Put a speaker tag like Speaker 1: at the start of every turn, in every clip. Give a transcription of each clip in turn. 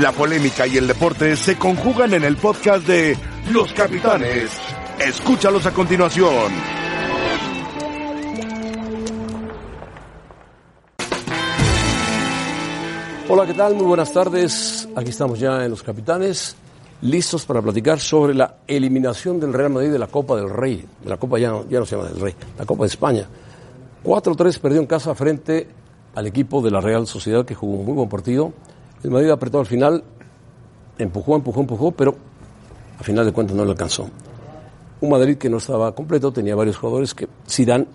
Speaker 1: La polémica y el deporte se conjugan en el podcast de Los Capitanes. Escúchalos a continuación.
Speaker 2: Hola, ¿qué tal? Muy buenas tardes. Aquí estamos ya en Los Capitanes, listos para platicar sobre la eliminación del Real Madrid de la Copa del Rey. De la Copa ya, no- ya no se llama del Rey, la Copa de España. 4-3 perdió en casa frente al equipo de la Real Sociedad que jugó un muy buen partido. El Madrid apretó al final, empujó, empujó, empujó, pero a final de cuentas no le alcanzó. Un Madrid que no estaba completo, tenía varios jugadores que Zidane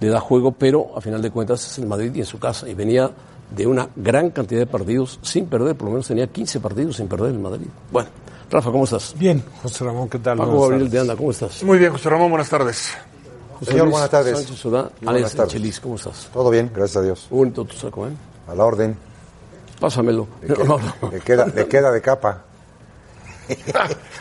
Speaker 2: le da juego, pero a final de cuentas es el Madrid y en su casa. Y venía de una gran cantidad de partidos sin perder, por lo menos tenía 15 partidos sin perder el Madrid. Bueno, Rafa, ¿cómo estás?
Speaker 3: Bien, José Ramón, ¿qué tal?
Speaker 2: Paco
Speaker 3: Buenas
Speaker 2: Gabriel
Speaker 3: tardes.
Speaker 2: de Anda, ¿cómo estás?
Speaker 4: Muy bien, José Ramón, buenas tardes.
Speaker 2: José
Speaker 5: Señor,
Speaker 2: Luis
Speaker 5: buenas tardes.
Speaker 2: Sánchez Sodá,
Speaker 5: Buenas
Speaker 2: alias El
Speaker 5: tardes.
Speaker 2: Chelis, ¿cómo estás?
Speaker 5: Todo bien, gracias a Dios.
Speaker 2: Muy bonito tu saco, ¿eh?
Speaker 5: A la orden.
Speaker 2: Pásamelo. No, no, no.
Speaker 5: Le queda, le queda de capa.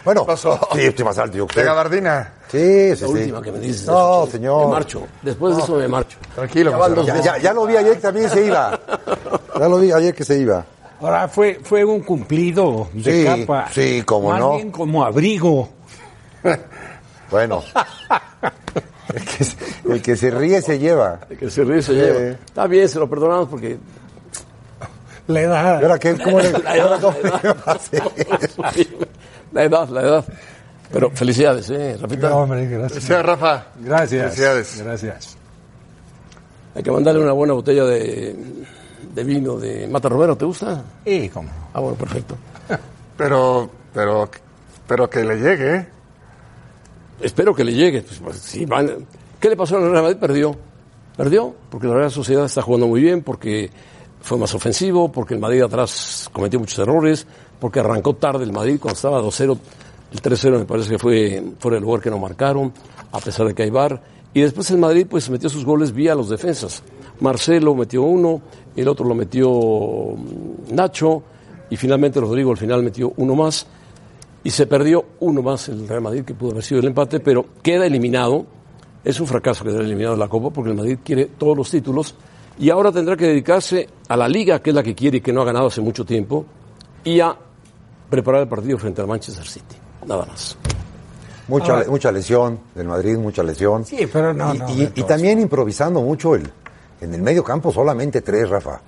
Speaker 5: bueno,
Speaker 4: pasó?
Speaker 5: sí, estoy más alto yo que
Speaker 4: De
Speaker 5: usted.
Speaker 4: gabardina.
Speaker 5: Sí, sí,
Speaker 2: La
Speaker 5: sí.
Speaker 2: última que me dices.
Speaker 5: No,
Speaker 2: eso, che,
Speaker 5: señor.
Speaker 2: Me marcho. Después de eso me marcho.
Speaker 4: Tranquilo,
Speaker 2: Ya
Speaker 4: José
Speaker 2: van dos
Speaker 5: Ya,
Speaker 2: veces.
Speaker 5: ya- ya lo vi ayer que también se iba. Ya lo vi ayer que se iba.
Speaker 3: Ahora, fue, fue un cumplido de
Speaker 5: Sí,
Speaker 3: capa.
Speaker 5: sí, cómo
Speaker 3: Más
Speaker 5: no.
Speaker 3: bien como abrigo.
Speaker 5: Bueno. El que, se- el que se ríe se lleva.
Speaker 2: Que se ríe, se
Speaker 5: Sí.
Speaker 2: lleva. Está bien, se lo perdonamos porque...
Speaker 3: La
Speaker 5: ¿Y
Speaker 3: edad.
Speaker 5: ahora qué? ¿Cómo le,
Speaker 2: La edad,
Speaker 5: ahora cómo le
Speaker 2: la edad.
Speaker 5: pasé?
Speaker 2: La edad, la edad. Pero felicidades, ¿eh, Rafita?
Speaker 3: No, hombre, gracias.
Speaker 4: Gracias, Rafa.
Speaker 3: Gracias.
Speaker 4: Felicidades.
Speaker 3: Gracias.
Speaker 2: Hay que mandarle una buena botella de, de vino de Mata Romero, ¿te gusta?
Speaker 3: Y cómo.
Speaker 2: Ah, bueno, perfecto.
Speaker 4: Pero, pero, pero que le llegue, ¿eh?
Speaker 2: Espero que le llegue. Pues, pues, sí, van- ¿Qué le pasó al Real Madrid? Perdió. Perdió porque la Real Sociedad está jugando muy bien, porque fue más ofensivo, porque el Madrid atrás cometió muchos errores, porque arrancó tarde el Madrid cuando estaba 2-0. El 3-0 me parece que fue fuera del lugar que no marcaron, a pesar de que hay VAR. Y después el Madrid pues metió sus goles vía los defensas. Marcelo metió uno, el otro lo metió mm, Nacho, y finalmente Rodrigo al final metió uno más y se perdió uno más el Real Madrid que pudo haber sido el empate, pero queda eliminado. Es un fracaso quedar eliminado de la Copa porque el Madrid quiere todos los títulos y ahora tendrá que dedicarse a la Liga, que es la que quiere y que no ha ganado hace mucho tiempo, y a preparar el partido frente al Manchester City. Nada más.
Speaker 5: Mucha, mucha lesión del Madrid, mucha lesión.
Speaker 3: Sí, pero no,
Speaker 5: y,
Speaker 3: no,
Speaker 5: y-
Speaker 3: de
Speaker 5: y
Speaker 3: todos.
Speaker 5: también improvisando mucho el, en el medio campo, solamente tres, Rafa.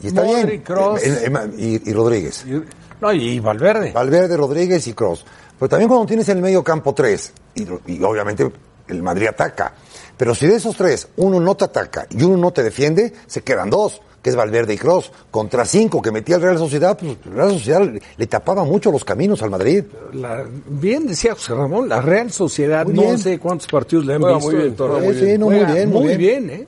Speaker 5: Y está
Speaker 3: Modric,
Speaker 5: bien.
Speaker 3: Kroos.
Speaker 5: Eh, eh, y- y Rodríguez.
Speaker 3: Y- No, y Valverde.
Speaker 5: Valverde, Rodríguez y Cross. Pero también cuando tienes en el medio campo tres, y, lo- y obviamente el Madrid ataca, pero si de esos tres uno no te ataca y uno no te defiende, se quedan dos, que es Valverde y Cross, contra cinco que metía el Real Sociedad, pues el Real Sociedad le, le tapaba mucho los caminos al Madrid.
Speaker 3: La- bien decía José Ramón, la Real Sociedad,
Speaker 5: Muy
Speaker 3: no
Speaker 5: bien.
Speaker 3: sé cuántos partidos le han
Speaker 2: Juega
Speaker 3: visto.
Speaker 2: muy bien,
Speaker 3: del torneo.
Speaker 5: juega muy Sí, bien. sí, no, muy
Speaker 3: Juega
Speaker 5: bien, muy bien.
Speaker 3: ¿eh?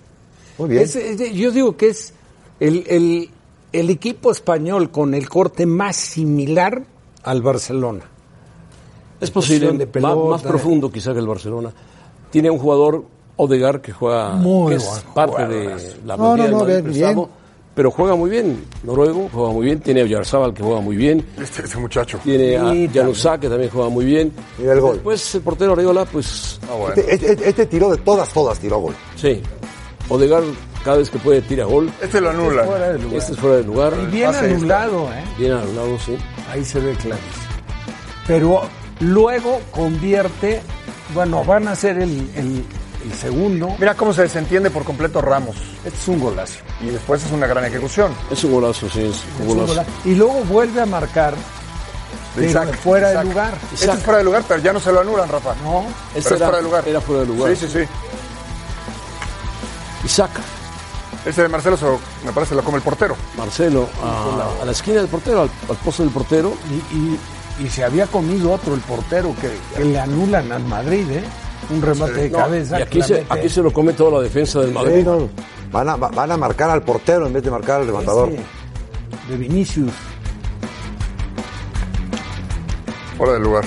Speaker 5: Muy bien.
Speaker 3: Es- es- yo digo que es el, el- el equipo español con el corte más similar al Barcelona.
Speaker 2: Es posible,
Speaker 3: Posesión de
Speaker 2: ma-
Speaker 3: pelota.
Speaker 2: más profundo quizá que el Barcelona. Tiene un jugador, Odegar, que juega,
Speaker 3: Muy
Speaker 2: que es
Speaker 3: buen
Speaker 2: parte de la plantilla
Speaker 5: No, no,
Speaker 2: del
Speaker 5: no,
Speaker 2: Madrid
Speaker 5: bien,
Speaker 2: prestado,
Speaker 5: bien.
Speaker 2: pero juega muy bien. Noruego juega muy bien, tiene a Oyarzábal que juega muy bien,
Speaker 4: Este, este muchacho.
Speaker 2: Tiene a
Speaker 3: Y
Speaker 2: Januzá, que también juega muy bien.
Speaker 5: Mira el gol.
Speaker 2: Después el portero Areola, pues
Speaker 4: Ah,
Speaker 5: Este, este- este tiró de todas, todas tiró gol.
Speaker 2: sí. Odegar cada vez que puede tira gol.
Speaker 4: Este lo anula.
Speaker 2: Este es fuera de lugar.
Speaker 3: Bien
Speaker 4: Pase este.
Speaker 3: anulado, ¿eh?
Speaker 2: Bien anulado, sí.
Speaker 3: Ahí se ve clarísimo. Pero luego convierte, bueno, van a ser el, el- el segundo.
Speaker 4: Mira cómo se desentiende por completo Ramos.
Speaker 3: Este es un golazo.
Speaker 4: Y después es una gran ejecución.
Speaker 2: Es un golazo, sí, es un
Speaker 3: Es un
Speaker 2: golazo.
Speaker 3: golazo. Y luego vuelve a marcar pero
Speaker 4: Isaac,
Speaker 3: fuera
Speaker 4: Isaac.
Speaker 3: de lugar.
Speaker 4: Este es fuera de lugar, pero ya no se lo anulan, Rafa.
Speaker 3: No,
Speaker 4: Pero
Speaker 2: Este
Speaker 4: es fuera de lugar.
Speaker 2: Era fuera de lugar.
Speaker 4: Sí, sí, sí.
Speaker 2: Isaac,
Speaker 4: Este de Marcelo se lo- me parece se lo come el portero.
Speaker 2: Marcelo, a, a la esquina del portero, al, al poste del portero.
Speaker 3: y, y- y se había comido otro el portero que, que le anulan al Madrid, ¿eh? Un remate de
Speaker 2: No, y
Speaker 3: cabeza. que
Speaker 2: aquí
Speaker 3: la
Speaker 2: se,
Speaker 3: mete.
Speaker 2: aquí se lo come toda la defensa del Madrid.
Speaker 5: Sí, no, van, a, va- van a marcar al portero en vez de marcar al levantador.
Speaker 3: Este, de Vinicius.
Speaker 4: Fuera de lugar.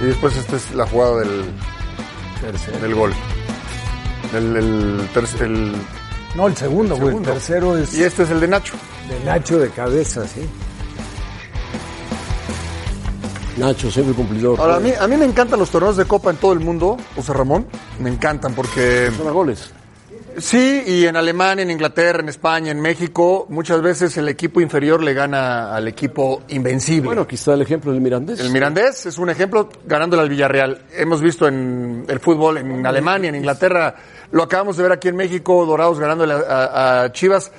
Speaker 4: Y después esta es la jugada del, del gol. El, el, terc- el-
Speaker 3: No, el segundo, güey. El
Speaker 4: segundo.
Speaker 3: tercero es
Speaker 4: y este es el de Nacho.
Speaker 3: de Nacho de cabeza, sí.
Speaker 2: Nacho, siempre cumplidor.
Speaker 4: Ahora, a mí, a mí me encantan los torneos de Copa en todo el mundo, José Ramón. Me encantan porque
Speaker 2: Son a goles.
Speaker 4: Sí, y en Alemania, en Inglaterra, en España, en México, muchas veces el equipo inferior le gana al equipo invencible.
Speaker 2: Bueno, aquí está el ejemplo del Mirandés.
Speaker 4: El Mirandés es un ejemplo ganándole al Villarreal. Hemos visto en el fútbol en Alemania, en Inglaterra, lo acabamos de ver aquí en México, Dorados ganándole a, a Chivas.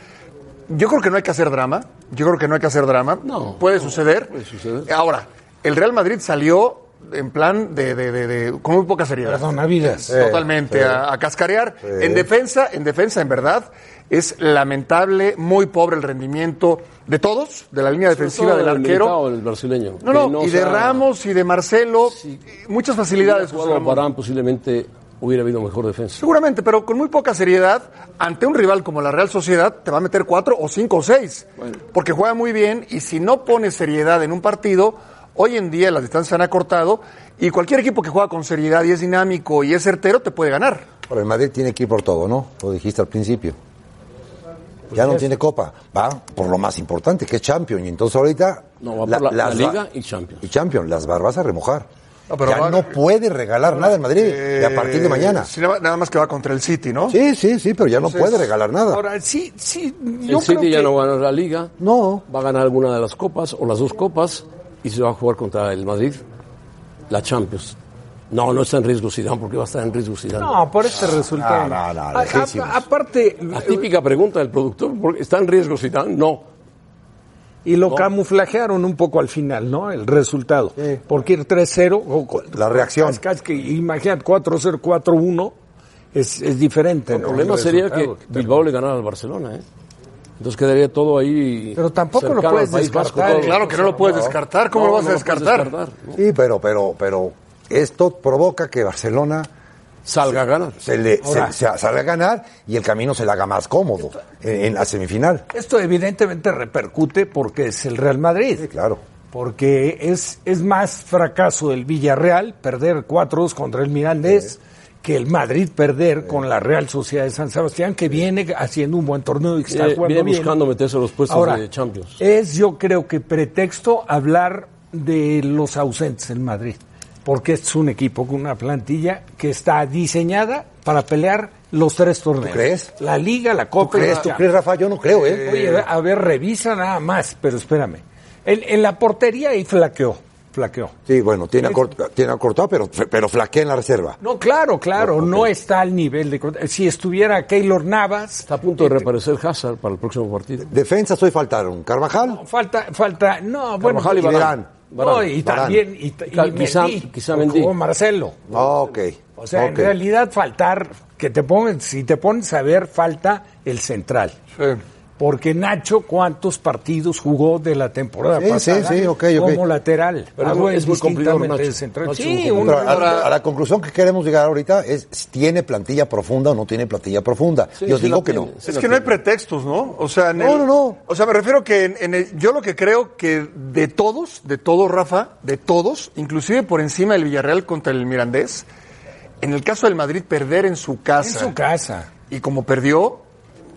Speaker 4: Yo creo que no hay que hacer drama. Yo creo que no hay que hacer drama.
Speaker 2: No,
Speaker 4: puede suceder.
Speaker 2: puede suceder.
Speaker 4: Ahora, el Real Madrid salió en plan de, de- de- de- con muy poca seriedad. Eh,
Speaker 3: vidas.
Speaker 4: Totalmente, a, a cascarear. En defensa, en defensa, en verdad, es lamentable, muy pobre el rendimiento de todos, de la línea defensiva
Speaker 2: Todo
Speaker 4: del
Speaker 2: el
Speaker 4: arquero.
Speaker 2: militao, El brasileño.
Speaker 4: No,
Speaker 2: que
Speaker 4: no, y de
Speaker 2: sea-
Speaker 4: Ramos y de Marcelo, y muchas facilidades.
Speaker 2: Si hubiera jugado
Speaker 4: José Ramón.
Speaker 2: Barán, posiblemente hubiera habido mejor defensa.
Speaker 4: Seguramente, pero con muy poca seriedad, ante un rival como la Real Sociedad, te va a meter cuatro o cinco o seis. Porque juega muy bien y si no pones seriedad en un partido, hoy en día las distancias se han acortado y cualquier equipo que juega con seriedad y es dinámico y es certero te puede ganar.
Speaker 5: Ahora, el Madrid tiene que ir por todo, ¿no? Lo dijiste al principio. ya no tiene copa, va por lo más importante, que es Champions. Y entonces ahorita.
Speaker 2: No, va por la- la
Speaker 5: las
Speaker 2: Liga
Speaker 5: va-
Speaker 2: y Champions.
Speaker 5: Y Champions, las barbas a remojar.
Speaker 4: No, pero
Speaker 5: ya
Speaker 4: va-
Speaker 5: no puede regalar nada el Madrid de a partir de
Speaker 4: Eh,
Speaker 5: mañana.
Speaker 4: sí, nada nada más que va contra el City, ¿no?
Speaker 5: Sí, sí, sí, pero ya no puede regalar nada.
Speaker 3: Ahora, sí, sí, yo
Speaker 2: el City
Speaker 3: creo que...
Speaker 2: ya no ganó la Liga.
Speaker 5: no,
Speaker 2: Va a ganar alguna de las copas o las dos copas y se va a jugar contra el Madrid la Champions. No, no está en riesgo Zidane porque va a estar en riesgo Zidane.
Speaker 3: No, por este resultado.
Speaker 5: no, no,
Speaker 3: A- a-
Speaker 5: lejísimos.
Speaker 3: aparte,
Speaker 2: La típica pregunta del productor, ¿por- ¿está en riesgo Zidane? No.
Speaker 3: y lo camuflajearon un poco al final, ¿no? El resultado. Porque ir 3-0, o con-
Speaker 5: La reacción.
Speaker 3: es casi que, imagínate, 4-0, 4-1, es, es diferente.
Speaker 2: El problema sería que Bilbao le ganara al Barcelona, ¿eh? Entonces quedaría todo ahí.
Speaker 3: Pero tampoco lo
Speaker 2: cercano
Speaker 3: puedes
Speaker 2: al País Vasco,
Speaker 3: descartar,
Speaker 2: todo.
Speaker 3: ¿eh?
Speaker 4: Claro que no lo puedes descartar, ¿cómo
Speaker 2: No,
Speaker 4: lo vas
Speaker 2: no
Speaker 4: a
Speaker 2: lo puedes
Speaker 4: descartar?
Speaker 2: ¿no?
Speaker 5: Sí, pero, pero, pero esto provoca que Barcelona
Speaker 2: Salga a ganar.
Speaker 5: se le se- se- salga a ganar y el camino se le haga más cómodo en, en la semifinal.
Speaker 3: Esto evidentemente repercute porque es el Real Madrid.
Speaker 5: Sí, claro.
Speaker 3: porque es, es más fracaso del Villarreal perder 4-2 contra el Mirandés que el Madrid perder con la Real Sociedad de San Sebastián, que viene haciendo un buen torneo y que está
Speaker 2: Eh,
Speaker 3: jugando
Speaker 2: viene
Speaker 3: bien.
Speaker 2: buscando meterse a los puestos
Speaker 3: Ahora,
Speaker 2: de Champions.
Speaker 3: Es yo creo que pretexto hablar de los ausentes en Madrid, porque este es un equipo con una plantilla que está diseñada para pelear los tres torneos.
Speaker 5: crees?
Speaker 3: La Liga, la Copa y
Speaker 5: ¿Crees,
Speaker 3: la
Speaker 5: ¿Tú crees, Rafa? Yo no creo, ¿eh?
Speaker 3: Oye, a ver, revisa nada más, pero espérame. En, en la portería ahí flaqueó, flaqueó.
Speaker 5: Sí, bueno, tiene, acor- tiene acortado, pero, pero flaquea en la reserva.
Speaker 3: No, claro, claro, no está al nivel de... Si estuviera Keylor Navas, este,
Speaker 2: Está a punto de reaparecer Hazard para el próximo partido.
Speaker 5: Defensa hoy faltaron. Carvajal,
Speaker 3: falta, falta,
Speaker 2: Ah,
Speaker 3: no, bueno...
Speaker 5: Carvajal y
Speaker 3: pues,
Speaker 5: Varane.
Speaker 3: No, y
Speaker 5: Varane.
Speaker 3: también, y, ta- y
Speaker 2: Ca- quizá-
Speaker 3: Mendy,
Speaker 2: quizá
Speaker 3: o
Speaker 2: Mendy.
Speaker 3: jugó Marcelo.
Speaker 5: Ah, ok.
Speaker 3: O sea, en
Speaker 5: ok.
Speaker 3: realidad faltar, que te pongan, si te pones a ver, falta el central. Porque Nacho, ¿cuántos partidos jugó de la temporada
Speaker 5: Sí,
Speaker 3: pasada?
Speaker 5: sí, sí, ok, ok.
Speaker 3: Como lateral.
Speaker 2: Pero
Speaker 3: Algo
Speaker 2: es muy
Speaker 3: distintamente
Speaker 2: cumplidor, Nacho.
Speaker 3: de central.
Speaker 2: Nacho
Speaker 3: sí,
Speaker 2: es un
Speaker 3: un-
Speaker 5: Pero a, la- a la conclusión que queremos llegar ahorita es si tiene plantilla profunda o no tiene plantilla profunda.
Speaker 2: Sí,
Speaker 5: Yo
Speaker 2: sí
Speaker 5: digo
Speaker 2: la
Speaker 5: que
Speaker 2: tiene.
Speaker 5: no.
Speaker 2: Sí
Speaker 4: Es
Speaker 2: la
Speaker 4: que no hay
Speaker 2: tiene.
Speaker 4: pretextos, ¿no? O sea, en
Speaker 5: No,
Speaker 4: el-
Speaker 5: no, no.
Speaker 4: O sea, me refiero que en, en el- yo lo que creo que de todos, de todos, Rafa, de todos, inclusive por encima del Villarreal contra el Mirandés, en el caso del Madrid perder en su
Speaker 3: en
Speaker 4: casa
Speaker 3: su casa.
Speaker 4: y como perdió,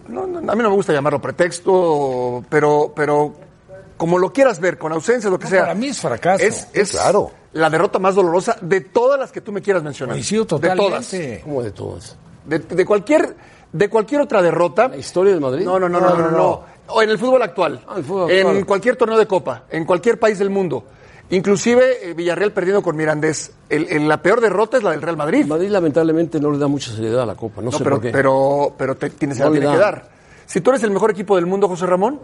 Speaker 4: no, no, a mí no me gusta llamarlo pretexto, pero, pero como lo quieras ver, con ausencia, lo que
Speaker 3: No,
Speaker 4: sea.
Speaker 3: para mí es fracaso.
Speaker 4: Es, es
Speaker 5: Claro.
Speaker 4: la derrota más dolorosa de todas las que tú me quieras mencionar.
Speaker 3: Coincido
Speaker 4: De todas.
Speaker 3: totalmente.
Speaker 2: ¿Cómo de todas?
Speaker 4: De, de cualquier, de cualquier otra derrota.
Speaker 2: ¿La historia del Madrid?
Speaker 4: No, no, no, no, no, no. O en el fútbol actual.
Speaker 2: Ah, el fútbol
Speaker 4: en
Speaker 2: actual.
Speaker 4: cualquier torneo de copa, en cualquier país del mundo. Inclusive eh, Villarreal perdiendo con Mirandés. El- el- la peor derrota es la del Real Madrid.
Speaker 2: El Madrid lamentablemente no le da mucha seriedad a la Copa. No,
Speaker 4: No,
Speaker 2: sé
Speaker 4: pero,
Speaker 2: por qué.
Speaker 4: pero, pero te tienes
Speaker 2: No
Speaker 4: la
Speaker 2: le
Speaker 4: tiene que
Speaker 2: dan.
Speaker 4: dar. Si tú eres el mejor equipo del mundo, José Ramón,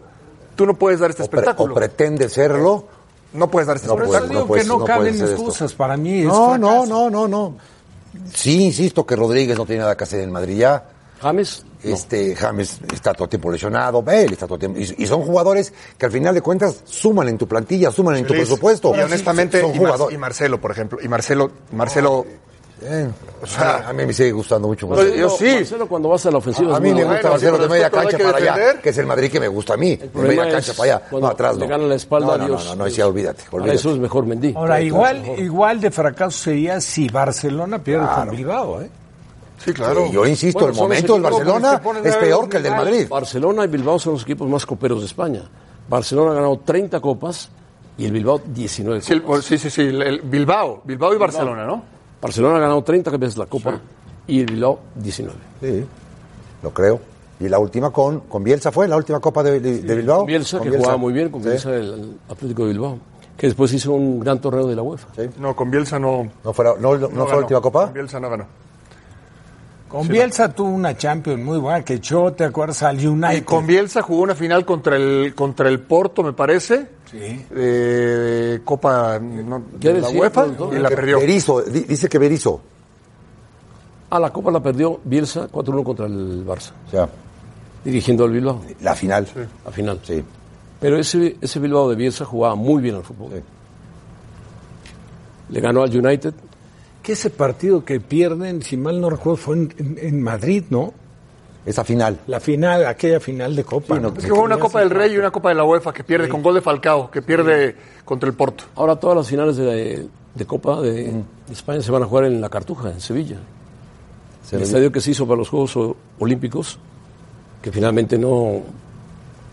Speaker 4: tú no puedes dar este
Speaker 5: O, pre-
Speaker 4: espectáculo.
Speaker 5: o pretende serlo.
Speaker 4: no puedes dar este
Speaker 5: No
Speaker 3: Por
Speaker 4: espectáculo.
Speaker 5: puede, no
Speaker 3: eso digo
Speaker 5: puede
Speaker 3: que
Speaker 5: ser,
Speaker 3: no,
Speaker 5: no puede
Speaker 3: caben
Speaker 5: ser esto.
Speaker 3: excusas. Para mí es
Speaker 5: No, no, no,
Speaker 3: fracaso.
Speaker 5: no, no. Sí, insisto que Rodríguez no tiene nada que hacer en Madrid ya.
Speaker 2: James, no.
Speaker 5: Este James está todo el tiempo lesionado, Bale está todo el tiempo. Y, y son jugadores que al final de cuentas suman en tu plantilla, suman en tu
Speaker 4: Liz,
Speaker 5: presupuesto.
Speaker 4: Y honestamente,
Speaker 5: son
Speaker 4: y, Mar-
Speaker 5: jugadores.
Speaker 4: y Marcelo, por ejemplo. Y Marcelo, Marcelo,
Speaker 5: Eh, o sea, a mí me sigue gustando mucho.
Speaker 4: Oye,
Speaker 5: Marcelo.
Speaker 4: yo sí.
Speaker 2: Marcelo, cuando vas a la ofensiva
Speaker 5: A
Speaker 2: es
Speaker 5: mí
Speaker 2: muy
Speaker 5: me
Speaker 2: bueno.
Speaker 5: gusta
Speaker 4: bueno, sí,
Speaker 5: Marcelo
Speaker 4: pero
Speaker 5: de media
Speaker 4: después todo
Speaker 5: cancha
Speaker 4: hay que
Speaker 5: para allá,
Speaker 4: defender.
Speaker 5: que es el Madrid que me gusta a mí. De
Speaker 2: problema
Speaker 5: media
Speaker 2: es
Speaker 5: cancha para allá,
Speaker 2: cuando
Speaker 5: no atrás,
Speaker 2: le
Speaker 5: no.
Speaker 2: ganan la espalda,
Speaker 5: no, no,
Speaker 2: Dios. Ah,
Speaker 5: no, no, no, sí, olvídate,
Speaker 2: Para
Speaker 5: olvídate.
Speaker 2: eso es mejor Mendy.
Speaker 3: Ahora, igual, igual de fracaso sería si Barcelona pierde con Bilbao, ¿eh?
Speaker 4: Sí, claro.
Speaker 5: Y yo insisto,
Speaker 2: Bueno,
Speaker 5: el
Speaker 2: son los
Speaker 5: momento del
Speaker 2: equipos
Speaker 3: que
Speaker 5: Barcelona
Speaker 3: te ponen
Speaker 5: es
Speaker 3: a
Speaker 5: peor
Speaker 3: ver
Speaker 5: que el del
Speaker 3: mal.
Speaker 5: Madrid.
Speaker 2: Barcelona y Bilbao son los equipos más coperos de España. Barcelona ha ganado 30 copas y el Bilbao 19
Speaker 4: Sí, el-
Speaker 2: copas.
Speaker 4: sí, sí, sí, el- el Bilbao, Bilbao y Barcelona, ¿no?
Speaker 2: Barcelona ha ganado 30 veces la copa y el Bilbao 19.
Speaker 5: lo creo. Y la última con, con Bielsa fue, la última Copa de, de- de Bilbao.
Speaker 2: Con Bielsa,
Speaker 5: Con
Speaker 2: que
Speaker 5: Bielsa.
Speaker 2: jugaba muy bien, con
Speaker 5: Sí.
Speaker 2: Bielsa el Atlético de Bilbao, que después hizo un gran torneo de la UEFA.
Speaker 4: No, con Bielsa no.
Speaker 5: ¿No fue la, no- no fue la
Speaker 4: ganó.
Speaker 5: última Copa?
Speaker 4: Con Bielsa no ganó.
Speaker 3: Con Bielsa tuvo una Champions muy buena que echó, ¿te acuerdas? Al United.
Speaker 4: Y con Bielsa jugó una final contra el, contra el Porto, me parece.
Speaker 3: Sí.
Speaker 4: eh, de Copa no,
Speaker 2: ¿Qué
Speaker 4: de la
Speaker 2: decía,
Speaker 4: UEFA
Speaker 2: productor?
Speaker 4: y la
Speaker 5: Que
Speaker 4: perdió.
Speaker 5: Berizzo, di- dice que Berizzo.
Speaker 2: Ah, la Copa la perdió Bielsa 4-1 contra el Barça,
Speaker 5: O sea,
Speaker 2: dirigiendo al Bilbao,
Speaker 5: la final.
Speaker 2: a final.
Speaker 5: Sí.
Speaker 2: Pero ese, ese Bilbao de Bielsa jugaba muy bien al fútbol.
Speaker 5: Sí.
Speaker 2: Le ganó al United.
Speaker 3: Que ese partido que pierden, si mal no recuerdo, fue en, en- en Madrid, ¿no?
Speaker 5: Esa final.
Speaker 3: La final, aquella final de Copa.
Speaker 5: Sí, no,
Speaker 3: ¿no?
Speaker 4: Es que jugó una Copa del Rey y una Copa de la UEFA que pierde con gol de Falcao, que pierde contra el Porto.
Speaker 2: Ahora todas las finales de, de Copa de, de España se van a jugar en La Cartuja, en Sevilla. el estadio que se hizo para los Juegos O- Olímpicos, que finalmente no,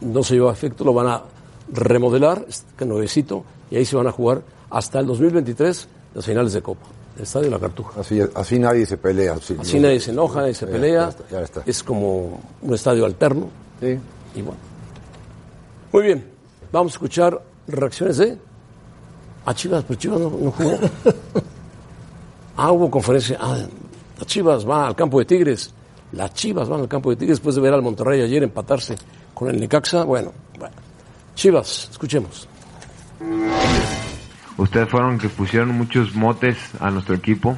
Speaker 2: no se llevó a efecto, lo van a remodelar, es- que nuevecito, y ahí se van a jugar hasta el 2023 las finales de Copa. El estadio La Cartuja.
Speaker 5: Así, así nadie se pelea. Así,
Speaker 2: Así nadie se enoja, nadie se
Speaker 5: Ya,
Speaker 2: pelea.
Speaker 5: Eh, ya está, ya está.
Speaker 2: Es como un estadio alterno.
Speaker 5: Sí.
Speaker 2: Y bueno. Muy bien, vamos a escuchar reacciones de. A Chivas, pero Chivas no, no jugó. ah, hubo conferencia. Ah, las Chivas va al campo de Tigres. Las Chivas van al campo de Tigres después de ver al Monterrey ayer empatarse con el Necaxa. Bueno, bueno. Chivas, escuchemos.
Speaker 6: Ustedes fueron que pusieron muchos motes a nuestro equipo,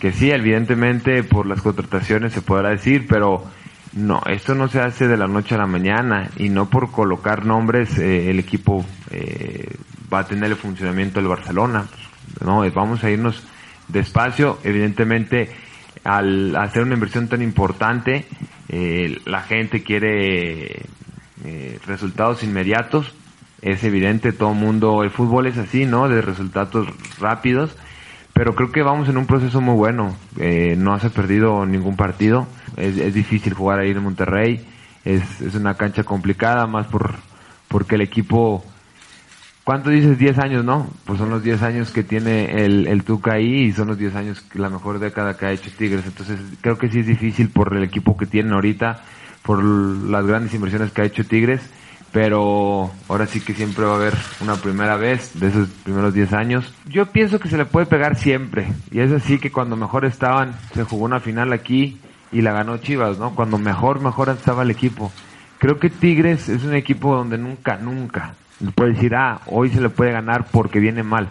Speaker 6: que sí, evidentemente por las contrataciones se podrá decir, pero no, esto no se hace de la noche a la mañana y no por colocar nombres eh, el equipo eh, va a tener el funcionamiento del Barcelona. No, eh, vamos a irnos despacio, evidentemente al hacer una inversión tan importante, eh, la gente quiere eh, resultados inmediatos. Es evidente, todo el mundo, el fútbol es así, ¿no? De resultados rápidos. Pero creo que vamos en un proceso muy bueno. Eh, no se ha perdido ningún partido. Es, es difícil jugar ahí en Monterrey. Es, es una cancha complicada, más por porque el equipo ¿Cuánto dices 10 años, no? Pues son los 10 años que tiene el, el Tuca ahí y son los 10 años, que la mejor década que ha hecho Tigres. Entonces creo que sí es difícil por el equipo que tienen ahorita, por las grandes inversiones que ha hecho Tigres, pero ahora sí que siempre va a haber una primera vez de esos primeros 10 años. Yo pienso que se le puede pegar siempre y es así que cuando mejor estaban, se jugó una final aquí y la ganó Chivas, ¿no? Cuando mejor, mejor estaba el equipo. Creo que Tigres es un equipo donde nunca, nunca le puede decir, ah, hoy se le puede ganar porque viene mal.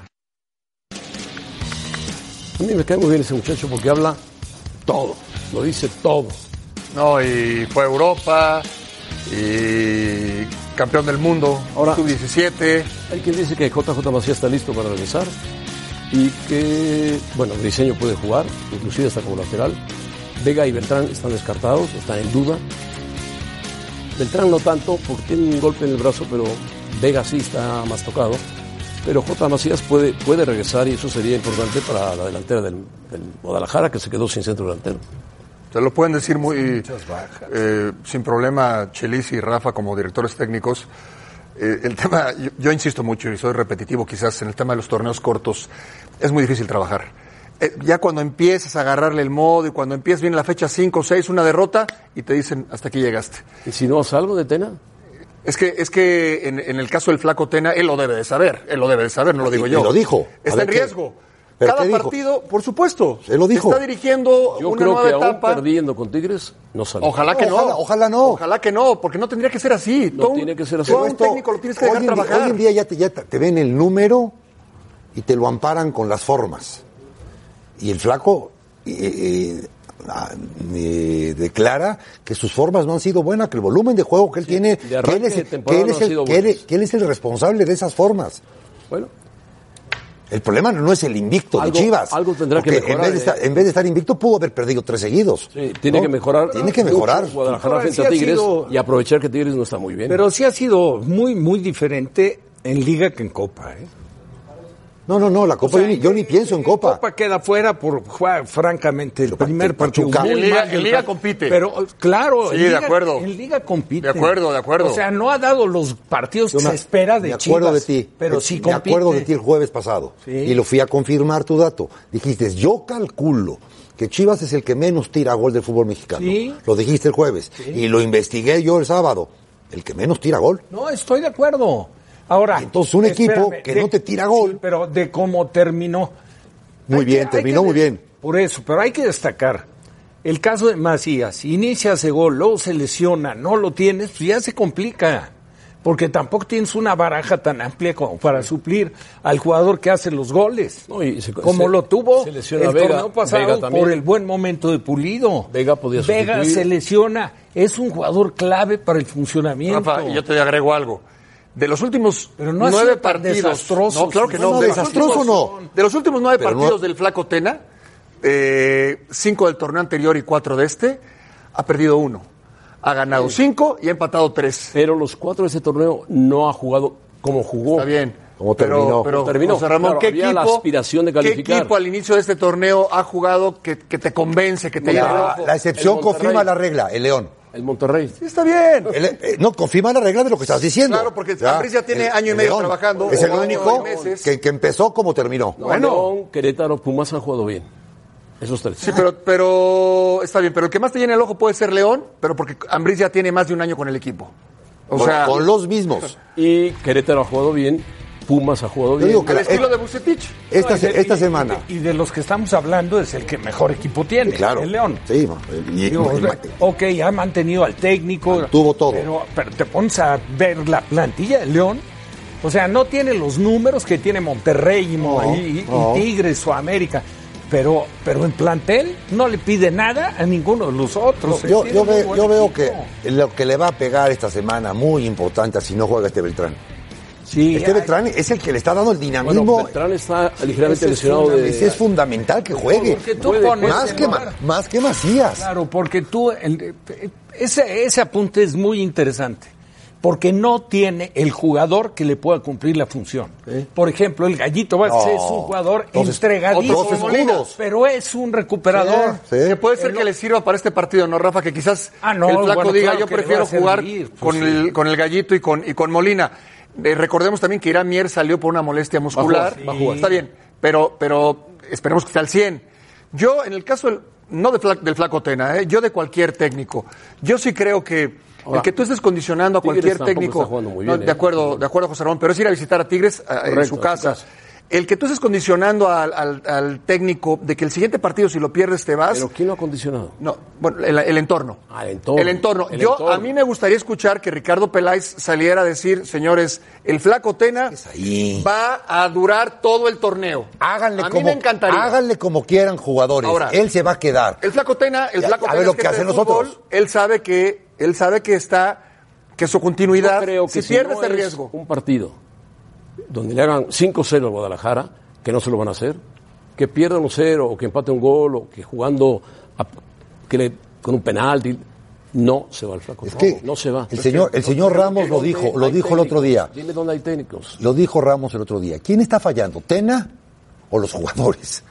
Speaker 2: A mí me cae muy bien ese muchacho porque habla todo, lo dice todo.
Speaker 4: No, y fue a Europa, y campeón del mundo,
Speaker 2: Ahora-
Speaker 4: sub-17.
Speaker 2: Hay quien dice que JJ Macías está listo para regresar y que, bueno, Briseño puede jugar, inclusive hasta como lateral. Vega y Beltrán están descartados, están en duda. Beltrán no tanto, porque tiene un golpe en el brazo, pero Vega sí está más tocado. Pero J. Macías puede, puede regresar y eso sería importante para la delantera del, del Guadalajara, que se quedó sin centro delantero.
Speaker 4: Te lo pueden decir muy eh, sin problema Chelis y Rafa como directores técnicos. Eh, el tema, yo, yo insisto mucho y soy repetitivo quizás en el tema de los torneos cortos, es muy difícil trabajar. Eh, ya cuando empiezas a agarrarle el modo y cuando empiezas viene la fecha 5 o 6, una derrota y te dicen hasta aquí llegaste.
Speaker 2: ¿Y si no salgo de Tena?
Speaker 4: Es que, es que en, en el caso del flaco Tena, él lo debe de saber, él lo debe de saber, no lo digo
Speaker 5: y
Speaker 4: yo.
Speaker 5: lo dijo. A
Speaker 4: Está
Speaker 5: ver,
Speaker 4: en
Speaker 5: ¿qué-
Speaker 4: riesgo.
Speaker 5: pero
Speaker 4: Cada
Speaker 5: qué dijo?
Speaker 4: partido, por supuesto.
Speaker 5: Él lo dijo.
Speaker 4: Está dirigiendo
Speaker 2: Yo
Speaker 4: una
Speaker 2: creo
Speaker 4: nueva
Speaker 2: que
Speaker 4: etapa.
Speaker 2: aún perdiendo con Tigres, no salgo.
Speaker 4: Ojalá que no.
Speaker 5: Ojalá- ojalá no.
Speaker 4: Ojalá que no, porque no tendría que ser así.
Speaker 2: No
Speaker 4: Tú a un-
Speaker 2: tiene que ser así.
Speaker 4: tú a
Speaker 2: Pero
Speaker 4: un
Speaker 5: Esto,
Speaker 4: técnico lo tienes que
Speaker 5: hoy
Speaker 4: dejar
Speaker 5: en día-
Speaker 4: trabajar.
Speaker 5: Hoy en día ya, te, ya te- te ven el número y te lo amparan con las formas. Y el flaco eh, eh, ah, eh, declara que sus formas no han sido buenas, que el volumen de juego que él tiene, que
Speaker 2: arranque
Speaker 5: él, es,
Speaker 2: de
Speaker 5: el-
Speaker 2: temporada
Speaker 5: que él
Speaker 2: no
Speaker 5: es
Speaker 2: han
Speaker 5: el,
Speaker 2: sido
Speaker 5: que él-
Speaker 2: buenas.
Speaker 5: que él es el responsable de esas formas.
Speaker 2: Bueno,
Speaker 5: El problema no es el invicto
Speaker 2: Algo-
Speaker 5: de Chivas.
Speaker 2: algo tendrá que
Speaker 5: porque En
Speaker 2: mejorar,
Speaker 5: vez, de
Speaker 2: eh.
Speaker 5: estar, en vez de estar invicto, pudo haber perdido tres seguidos.
Speaker 2: Sí, tiene
Speaker 5: ¿no?
Speaker 2: que mejorar.
Speaker 5: Tiene que mejorar.
Speaker 2: mucho Guadalajara
Speaker 3: Ahora
Speaker 2: frente
Speaker 3: sí
Speaker 2: a
Speaker 3: ha
Speaker 2: Tigres
Speaker 3: sido-
Speaker 2: y aprovechar que Tigres no está muy bien.
Speaker 3: Pero sí ha sido muy, muy diferente en Liga que en Copa, ¿eh?
Speaker 5: No, no, no, la Copa, yo, ni, yo ni pienso en Copa.
Speaker 3: Copa queda fuera por jugar, francamente, el
Speaker 5: Pero
Speaker 3: primer
Speaker 5: el
Speaker 3: partido.
Speaker 5: Pachuca-
Speaker 3: muy
Speaker 4: En Liga-
Speaker 3: mal del
Speaker 4: en Liga
Speaker 3: Pachuca.
Speaker 4: compite.
Speaker 3: Pero, eh, claro.
Speaker 4: Sí,
Speaker 3: en
Speaker 4: de
Speaker 3: Liga-
Speaker 4: acuerdo.
Speaker 3: En Liga compite.
Speaker 4: De acuerdo, de acuerdo.
Speaker 3: O sea, no ha dado los partidos
Speaker 5: Yo
Speaker 3: que se espera de
Speaker 5: me acuerdo
Speaker 3: Chivas,
Speaker 5: de ti.
Speaker 3: Pero
Speaker 5: Me-
Speaker 3: sí
Speaker 5: Me
Speaker 3: compite.
Speaker 5: acuerdo de ti el jueves pasado.
Speaker 3: Sí.
Speaker 5: Y lo fui a confirmar tu dato. Dijiste, yo calculo que Chivas es el que menos tira gol del fútbol mexicano.
Speaker 3: Sí.
Speaker 5: Lo dijiste el jueves y lo investigué yo el sábado. El que menos tira gol.
Speaker 3: No, estoy de acuerdo. Ahora.
Speaker 5: Entonces, un equipo que no te tira gol.
Speaker 3: sí, pero de cómo terminó.
Speaker 5: Muy
Speaker 3: Hay que-
Speaker 5: bien,
Speaker 3: hay
Speaker 5: terminó
Speaker 3: que-
Speaker 5: muy bien.
Speaker 3: Por eso, pero hay que destacar. El caso de Macías, inicia ese gol, luego se lesiona, no lo tienes, pues ya se complica. Porque tampoco tienes una baraja tan amplia como para suplir al jugador que hace los goles.
Speaker 2: No, y se-
Speaker 3: como
Speaker 2: pues se-
Speaker 3: lo tuvo
Speaker 2: se
Speaker 3: el
Speaker 2: lesiona Vega,
Speaker 3: torneo pasado
Speaker 2: Vega también.
Speaker 3: por el buen momento de Pulido.
Speaker 2: Vega podía
Speaker 3: Vega
Speaker 2: sustituir.
Speaker 3: se lesiona, es un jugador clave para el funcionamiento.
Speaker 4: Rafa, yo te agrego algo. De los últimos
Speaker 3: Pero no ha
Speaker 4: nueve
Speaker 3: sido tan
Speaker 4: partidos.
Speaker 3: desastroso.
Speaker 4: No, claro que
Speaker 5: No,
Speaker 4: no.
Speaker 5: no,
Speaker 4: de los
Speaker 5: desastroso
Speaker 4: últimos-
Speaker 5: no.
Speaker 4: De los últimos nueve
Speaker 5: Pero no-
Speaker 4: partidos del Flaco Tena, eh, cinco del torneo anterior y cuatro de este, ha perdido uno. Ha ganado cinco y ha empatado tres.
Speaker 2: Pero los cuatro de ese torneo no ha jugado como jugó.
Speaker 4: Está bien.
Speaker 5: ¿Cómo
Speaker 4: pero,
Speaker 5: terminó?
Speaker 4: Pero,
Speaker 2: ¿Cómo terminó?
Speaker 4: José Ramón,
Speaker 2: Claro,
Speaker 4: ¿qué,
Speaker 2: había
Speaker 4: equipo,
Speaker 2: la aspiración de
Speaker 4: qué
Speaker 2: calificar.
Speaker 4: equipo al inicio de este torneo ha jugado que, que te convence, que te llena el
Speaker 5: La,
Speaker 4: ojo?
Speaker 5: la
Speaker 2: el
Speaker 5: excepción
Speaker 2: Monterrey.
Speaker 5: confirma la regla, el León.
Speaker 2: El Monterrey.
Speaker 4: Sí, está bien.
Speaker 5: El- eh, no, confirma la regla de lo que estás diciendo.
Speaker 4: Claro, porque Ambriz ya tiene año y medio trabajando,
Speaker 5: Es
Speaker 4: o
Speaker 5: el
Speaker 4: año y
Speaker 5: único
Speaker 4: meses.
Speaker 5: que, que empezó como terminó.
Speaker 2: No,
Speaker 4: Bueno.
Speaker 2: León, Querétaro, Pumas han jugado bien. Esos tres.
Speaker 4: Sí, pero, pero está bien. Pero el que más te llena el ojo puede ser León, pero porque Ambriz ya tiene más de un año con el equipo. O
Speaker 5: Con-
Speaker 4: sea,
Speaker 5: con los mismos.
Speaker 2: Y Querétaro ha jugado bien, Pumas ha jugado
Speaker 5: Yo
Speaker 2: bien.
Speaker 5: digo que
Speaker 4: al
Speaker 5: la-
Speaker 4: estilo de Bucetich.
Speaker 5: Esta,
Speaker 3: No, y
Speaker 5: se-
Speaker 3: de-
Speaker 5: esta
Speaker 3: y-
Speaker 5: semana.
Speaker 3: Y de, los que estamos hablando es el que mejor equipo tiene,
Speaker 5: claro.
Speaker 3: el León.
Speaker 5: Sí, eh, ma- y-
Speaker 3: Digo,
Speaker 5: y-
Speaker 3: ok, ha mantenido al técnico.
Speaker 5: Mantuvo todo.
Speaker 3: Pero, pero te pones a ver la plantilla del León. O sea, no tiene los números que tiene Monterrey y, Mo-
Speaker 5: No,
Speaker 3: y- y
Speaker 5: no.
Speaker 3: Tigres o América. Pero, pero en plantel no le pide nada a ninguno de los otros. ¿eh?
Speaker 5: yo,
Speaker 3: Tiene
Speaker 5: yo
Speaker 3: muy
Speaker 5: ve-
Speaker 3: buen
Speaker 5: yo veo
Speaker 3: equipo.
Speaker 5: que lo que le va a pegar esta semana muy importante si no juega este Beltrán.
Speaker 3: Sí,
Speaker 5: Este
Speaker 3: hay-
Speaker 5: Beltrán es el que le está dando el
Speaker 2: Bueno,
Speaker 5: dinamismo.
Speaker 2: Beltrán está
Speaker 5: Ese
Speaker 2: ligeramente
Speaker 5: es
Speaker 2: lesionado
Speaker 5: funda-
Speaker 2: de...
Speaker 5: ese es fundamental que juegue.
Speaker 3: porque tú
Speaker 2: Puede-
Speaker 3: pones
Speaker 5: Más
Speaker 3: en
Speaker 5: que,
Speaker 3: lugar-
Speaker 5: Ma- más que Macías.
Speaker 3: Claro, porque tú, el- ese, ese apunte es muy interesante, porque no tiene el jugador que le pueda cumplir la función. Por ejemplo, el Gallito Vázquez
Speaker 5: No.
Speaker 3: es un jugador
Speaker 5: Entonces,
Speaker 3: entregadísimo,
Speaker 5: otros escudos.
Speaker 3: pero es un recuperador.
Speaker 5: Sí.
Speaker 2: eh,
Speaker 4: Que puede ser que le sirva para este partido, ¿no, Rafa? Que quizás
Speaker 3: Ah, no,
Speaker 4: el flaco
Speaker 3: bueno,
Speaker 4: diga,
Speaker 3: claro
Speaker 4: yo
Speaker 3: que le va
Speaker 4: prefiero
Speaker 3: a servir,
Speaker 4: jugar
Speaker 3: pues
Speaker 4: con,
Speaker 3: sí.
Speaker 4: el, con el gallito y con, y con Molina. Eh, recordemos también que Irán Mier salió por una molestia muscular.
Speaker 2: sí. va a jugar.
Speaker 4: Está bien, pero, pero esperemos que esté al 100. Yo, en el caso, del- no de Fla- del flaco Tena, ¿eh? yo de cualquier técnico, yo sí creo que el que tú estés condicionando a cualquier
Speaker 2: Tigres tampoco
Speaker 4: técnico...
Speaker 2: está jugando muy
Speaker 4: No,
Speaker 2: bien, ¿eh?
Speaker 4: de acuerdo, de acuerdo, José Ramón, pero es ir a visitar a Tigres a- en
Speaker 2: Correcto,
Speaker 4: su
Speaker 2: a su
Speaker 4: casa.
Speaker 2: casa.
Speaker 4: El que tú estés condicionando al, al- al técnico de que el siguiente partido, si lo pierdes, te vas.
Speaker 2: Pero ¿quién lo ha condicionado?
Speaker 4: No, bueno, el, el entorno.
Speaker 2: Ah, el entorno.
Speaker 4: El entorno.
Speaker 2: El
Speaker 4: Yo,
Speaker 2: entorno.
Speaker 4: a mí me gustaría escuchar que Ricardo Peláez saliera a decir, señores, el flaco Tena
Speaker 5: ahí.
Speaker 4: va a durar todo el torneo.
Speaker 5: Háganle,
Speaker 4: a mí
Speaker 5: como,
Speaker 4: me encantaría.
Speaker 5: háganle como quieran jugadores.
Speaker 4: Ahora.
Speaker 5: él se va a quedar.
Speaker 4: El flaco Tena, el
Speaker 5: Ya,
Speaker 4: flaco
Speaker 5: a
Speaker 4: Tena
Speaker 5: ver lo
Speaker 4: es
Speaker 5: que
Speaker 4: jefe
Speaker 5: hacen
Speaker 4: de
Speaker 5: los
Speaker 4: fútbol,
Speaker 5: otros.
Speaker 4: Él sabe que, él sabe que está, que su continuidad,
Speaker 2: Yo creo que
Speaker 4: si, pierdes
Speaker 2: no
Speaker 4: el
Speaker 2: es
Speaker 4: riesgo.
Speaker 2: Un partido donde le hagan 5-0 a Guadalajara, que no se lo van a hacer, que pierdan un 0 o que empate un gol o que jugando a- que le- con un penalti, no se va el flaco.
Speaker 5: Es
Speaker 2: no,
Speaker 5: que
Speaker 2: no se va.
Speaker 5: el señor- el señor Ramos lo dijo, lo
Speaker 2: Hay
Speaker 5: dijo el otro
Speaker 2: técnicos.
Speaker 5: día.
Speaker 2: Dime dónde hay técnicos.
Speaker 5: Lo dijo Ramos el otro día. ¿Quién está fallando? ¿Tena o los jugadores?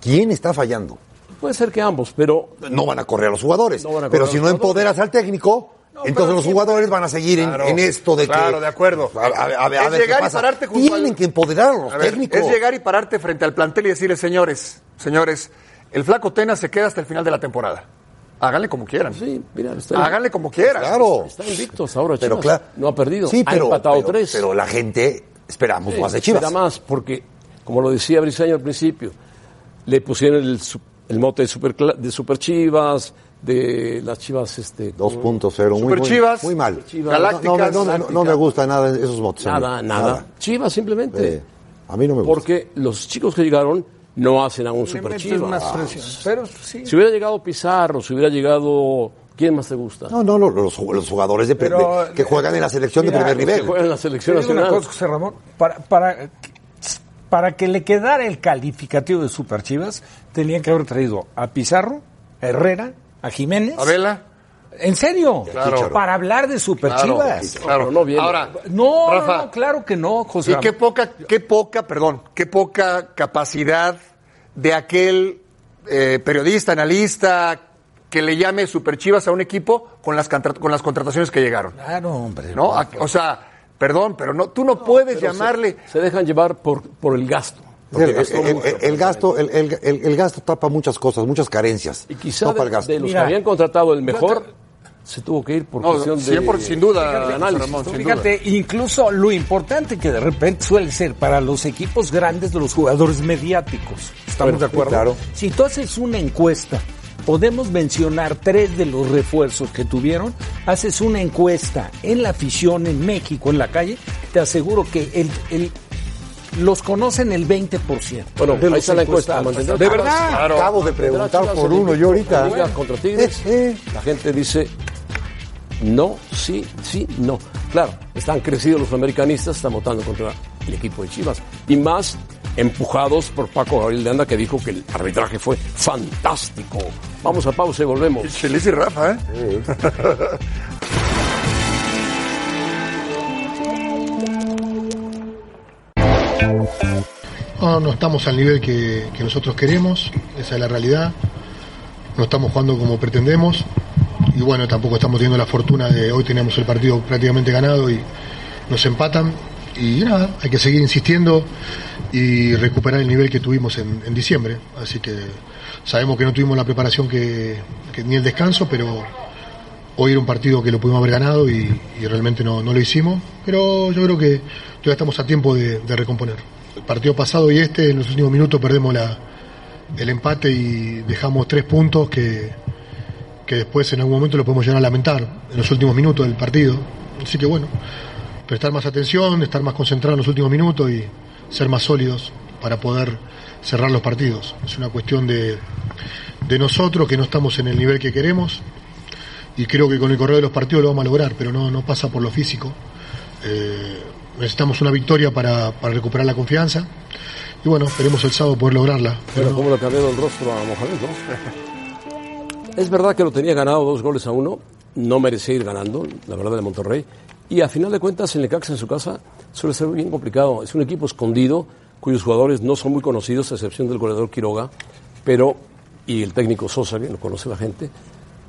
Speaker 5: ¿Quién está fallando?
Speaker 2: Puede ser que ambos, pero
Speaker 5: No van a correr a los jugadores.
Speaker 2: No van a correr
Speaker 5: pero
Speaker 2: a
Speaker 5: si
Speaker 2: los
Speaker 5: no
Speaker 2: jugadores.
Speaker 5: empoderas al técnico, entonces los jugadores van a seguir en- en, esto de que.
Speaker 4: claro, de acuerdo.
Speaker 5: A, a- a- a
Speaker 4: Es
Speaker 5: ver qué
Speaker 4: llegar y
Speaker 5: pasa.
Speaker 4: pararte junto
Speaker 5: Tienen
Speaker 4: al-
Speaker 5: que empoderar a los
Speaker 4: A ver,
Speaker 5: técnicos.
Speaker 4: Es llegar y pararte frente al plantel y decirle, señores, señores, el flaco Tena se queda hasta el final de la temporada. Háganle como quieran.
Speaker 2: sí, mira, está,
Speaker 4: Háganle como quieran.
Speaker 5: Claro.
Speaker 2: está invicto hasta ahora.
Speaker 5: Pero
Speaker 2: Chivas.
Speaker 5: claro.
Speaker 2: no ha perdido.
Speaker 5: Sí, pero,
Speaker 2: ha empatado
Speaker 5: pero-
Speaker 2: tres.
Speaker 5: Pero la gente esperamos
Speaker 2: Sí,
Speaker 5: más de Chivas.
Speaker 2: Era más, porque, como lo decía Briseño al principio, le pusieron el, su- el mote de super, de super Chivas, de las Chivas, este,
Speaker 5: 2.0, muy,
Speaker 4: Super
Speaker 5: muy,
Speaker 4: Chivas,
Speaker 5: muy mal.
Speaker 4: Chivas, Galácticas,
Speaker 5: No, no, no, no, no me gusta nada esos motos. a mí.
Speaker 2: nada, nada, Chivas simplemente.
Speaker 5: Eh, a mí no me gusta.
Speaker 2: porque los chicos que llegaron no hacen a un super Chivas.
Speaker 3: Pero sí,
Speaker 2: Si hubiera llegado Pizarro, si hubiera llegado... ¿Quién más te gusta?
Speaker 5: No, no, lo- los, los jugadores de,
Speaker 3: Pero,
Speaker 5: de- que juegan en la selección
Speaker 3: mira,
Speaker 5: de
Speaker 2: Los
Speaker 5: primer
Speaker 2: que
Speaker 5: nivel.
Speaker 2: juegan en la
Speaker 3: Te
Speaker 2: selección
Speaker 3: digo una
Speaker 2: nacional.
Speaker 3: cosa, José Ramón, para, para, para que le quedara el calificativo de Super Chivas, tenían que haber traído a Pizarro, a Herrera, a Jiménez.
Speaker 4: Abela.
Speaker 3: ¿En serio?
Speaker 4: Claro. Chicharo.
Speaker 3: Para hablar de Super Chivas.
Speaker 4: Claro.
Speaker 2: No viene.
Speaker 4: Ahora,
Speaker 3: No, no,
Speaker 4: Rafa,
Speaker 3: no, claro que no, José.
Speaker 4: y qué
Speaker 3: Ramón.
Speaker 4: poca, qué poca, perdón, qué poca capacidad de aquel eh, periodista, analista que le llame Super Chivas a un equipo con las contra- con las contrataciones que llegaron,
Speaker 3: Claro, hombre.
Speaker 4: ¿no? A- o sea, perdón, pero no, tú no puedes
Speaker 2: Pero se-
Speaker 4: llamarle.
Speaker 2: Se, dejan llevar por, por el gasto.
Speaker 5: El, el- el- el gasto, el, el- el- el gasto tapa muchas cosas, muchas carencias.
Speaker 2: Y quizá
Speaker 5: tapa el
Speaker 2: de,
Speaker 5: gasto.
Speaker 2: de los que habían contratado el mejor, se tuvo que ir por
Speaker 4: No,
Speaker 2: cuestión de...
Speaker 4: 100% sin duda,
Speaker 2: de análisis.
Speaker 4: Ramón, sin duda.
Speaker 3: Fíjate, incluso lo importante que de repente suele ser para los equipos grandes de los jugadores mediáticos. ¿Estamos
Speaker 5: Bueno,
Speaker 3: de acuerdo?
Speaker 5: claro.
Speaker 3: Si tú haces una encuesta, podemos mencionar tres de los refuerzos que tuvieron, haces una encuesta en la afición, en México, en la calle, te aseguro que el, el- los conocen el 20%.
Speaker 2: Bueno,
Speaker 3: de
Speaker 2: ahí
Speaker 3: los
Speaker 2: pues, está la encuesta.
Speaker 3: encuestados.
Speaker 2: Mantendrá
Speaker 3: De
Speaker 2: Chivas-
Speaker 3: verdad.
Speaker 5: Acabo de
Speaker 2: mantendrá
Speaker 5: preguntar
Speaker 2: Chivas
Speaker 5: por
Speaker 2: en
Speaker 5: uno yo ahorita.
Speaker 2: Liga
Speaker 5: Bueno.
Speaker 2: contra Tigres.
Speaker 5: Eh, eh.
Speaker 2: La gente dice no, sí, sí, no. Claro, están crecidos los americanistas, están votando contra el equipo de Chivas. Y más empujados por Paco Gabriel de Anda, que dijo que el arbitraje fue fantástico. Vamos a pausa y volvemos.
Speaker 4: Chelis y Rafa, ¿eh?
Speaker 7: No, no estamos al nivel que, que nosotros queremos, esa es la realidad. No estamos jugando como pretendemos y bueno, tampoco estamos teniendo la fortuna de hoy teníamos el partido prácticamente ganado y nos empatan. Y nada, hay que seguir insistiendo y recuperar el nivel que tuvimos en, en diciembre. Así que sabemos que no tuvimos la preparación que, que- ni el descanso, pero hoy era un partido que lo pudimos haber ganado y, y realmente no, no lo hicimos. Pero yo creo que todavía estamos a tiempo de, de recomponer. El partido pasado y este, en los últimos minutos perdemos la, el empate y dejamos tres puntos que, que después en algún momento lo podemos llegar a lamentar en los últimos minutos del partido. Así que bueno, prestar más atención, estar más concentrado en los últimos minutos y ser más sólidos para poder cerrar los partidos. Es una cuestión de, de nosotros que no estamos en el nivel que queremos y creo que con el correo de los partidos lo vamos a lograr, pero no, no pasa por lo físico. Eh, necesitamos una victoria para, para recuperar la confianza y bueno, esperemos el sábado poder lograrla. pero
Speaker 2: Pero
Speaker 7: no-
Speaker 2: cómo le cambiaron el rostro a Mohamed, ¿no? Es verdad que lo tenía ganado dos goles a uno, no merecía ir ganando, la verdad, de Monterrey. Y a final de cuentas, el Necaxa en su casa suele ser bien complicado. Es un equipo escondido, cuyos jugadores no son muy conocidos, a excepción del goleador Quiroga, pero, y el técnico Sosa, que lo conoce la gente,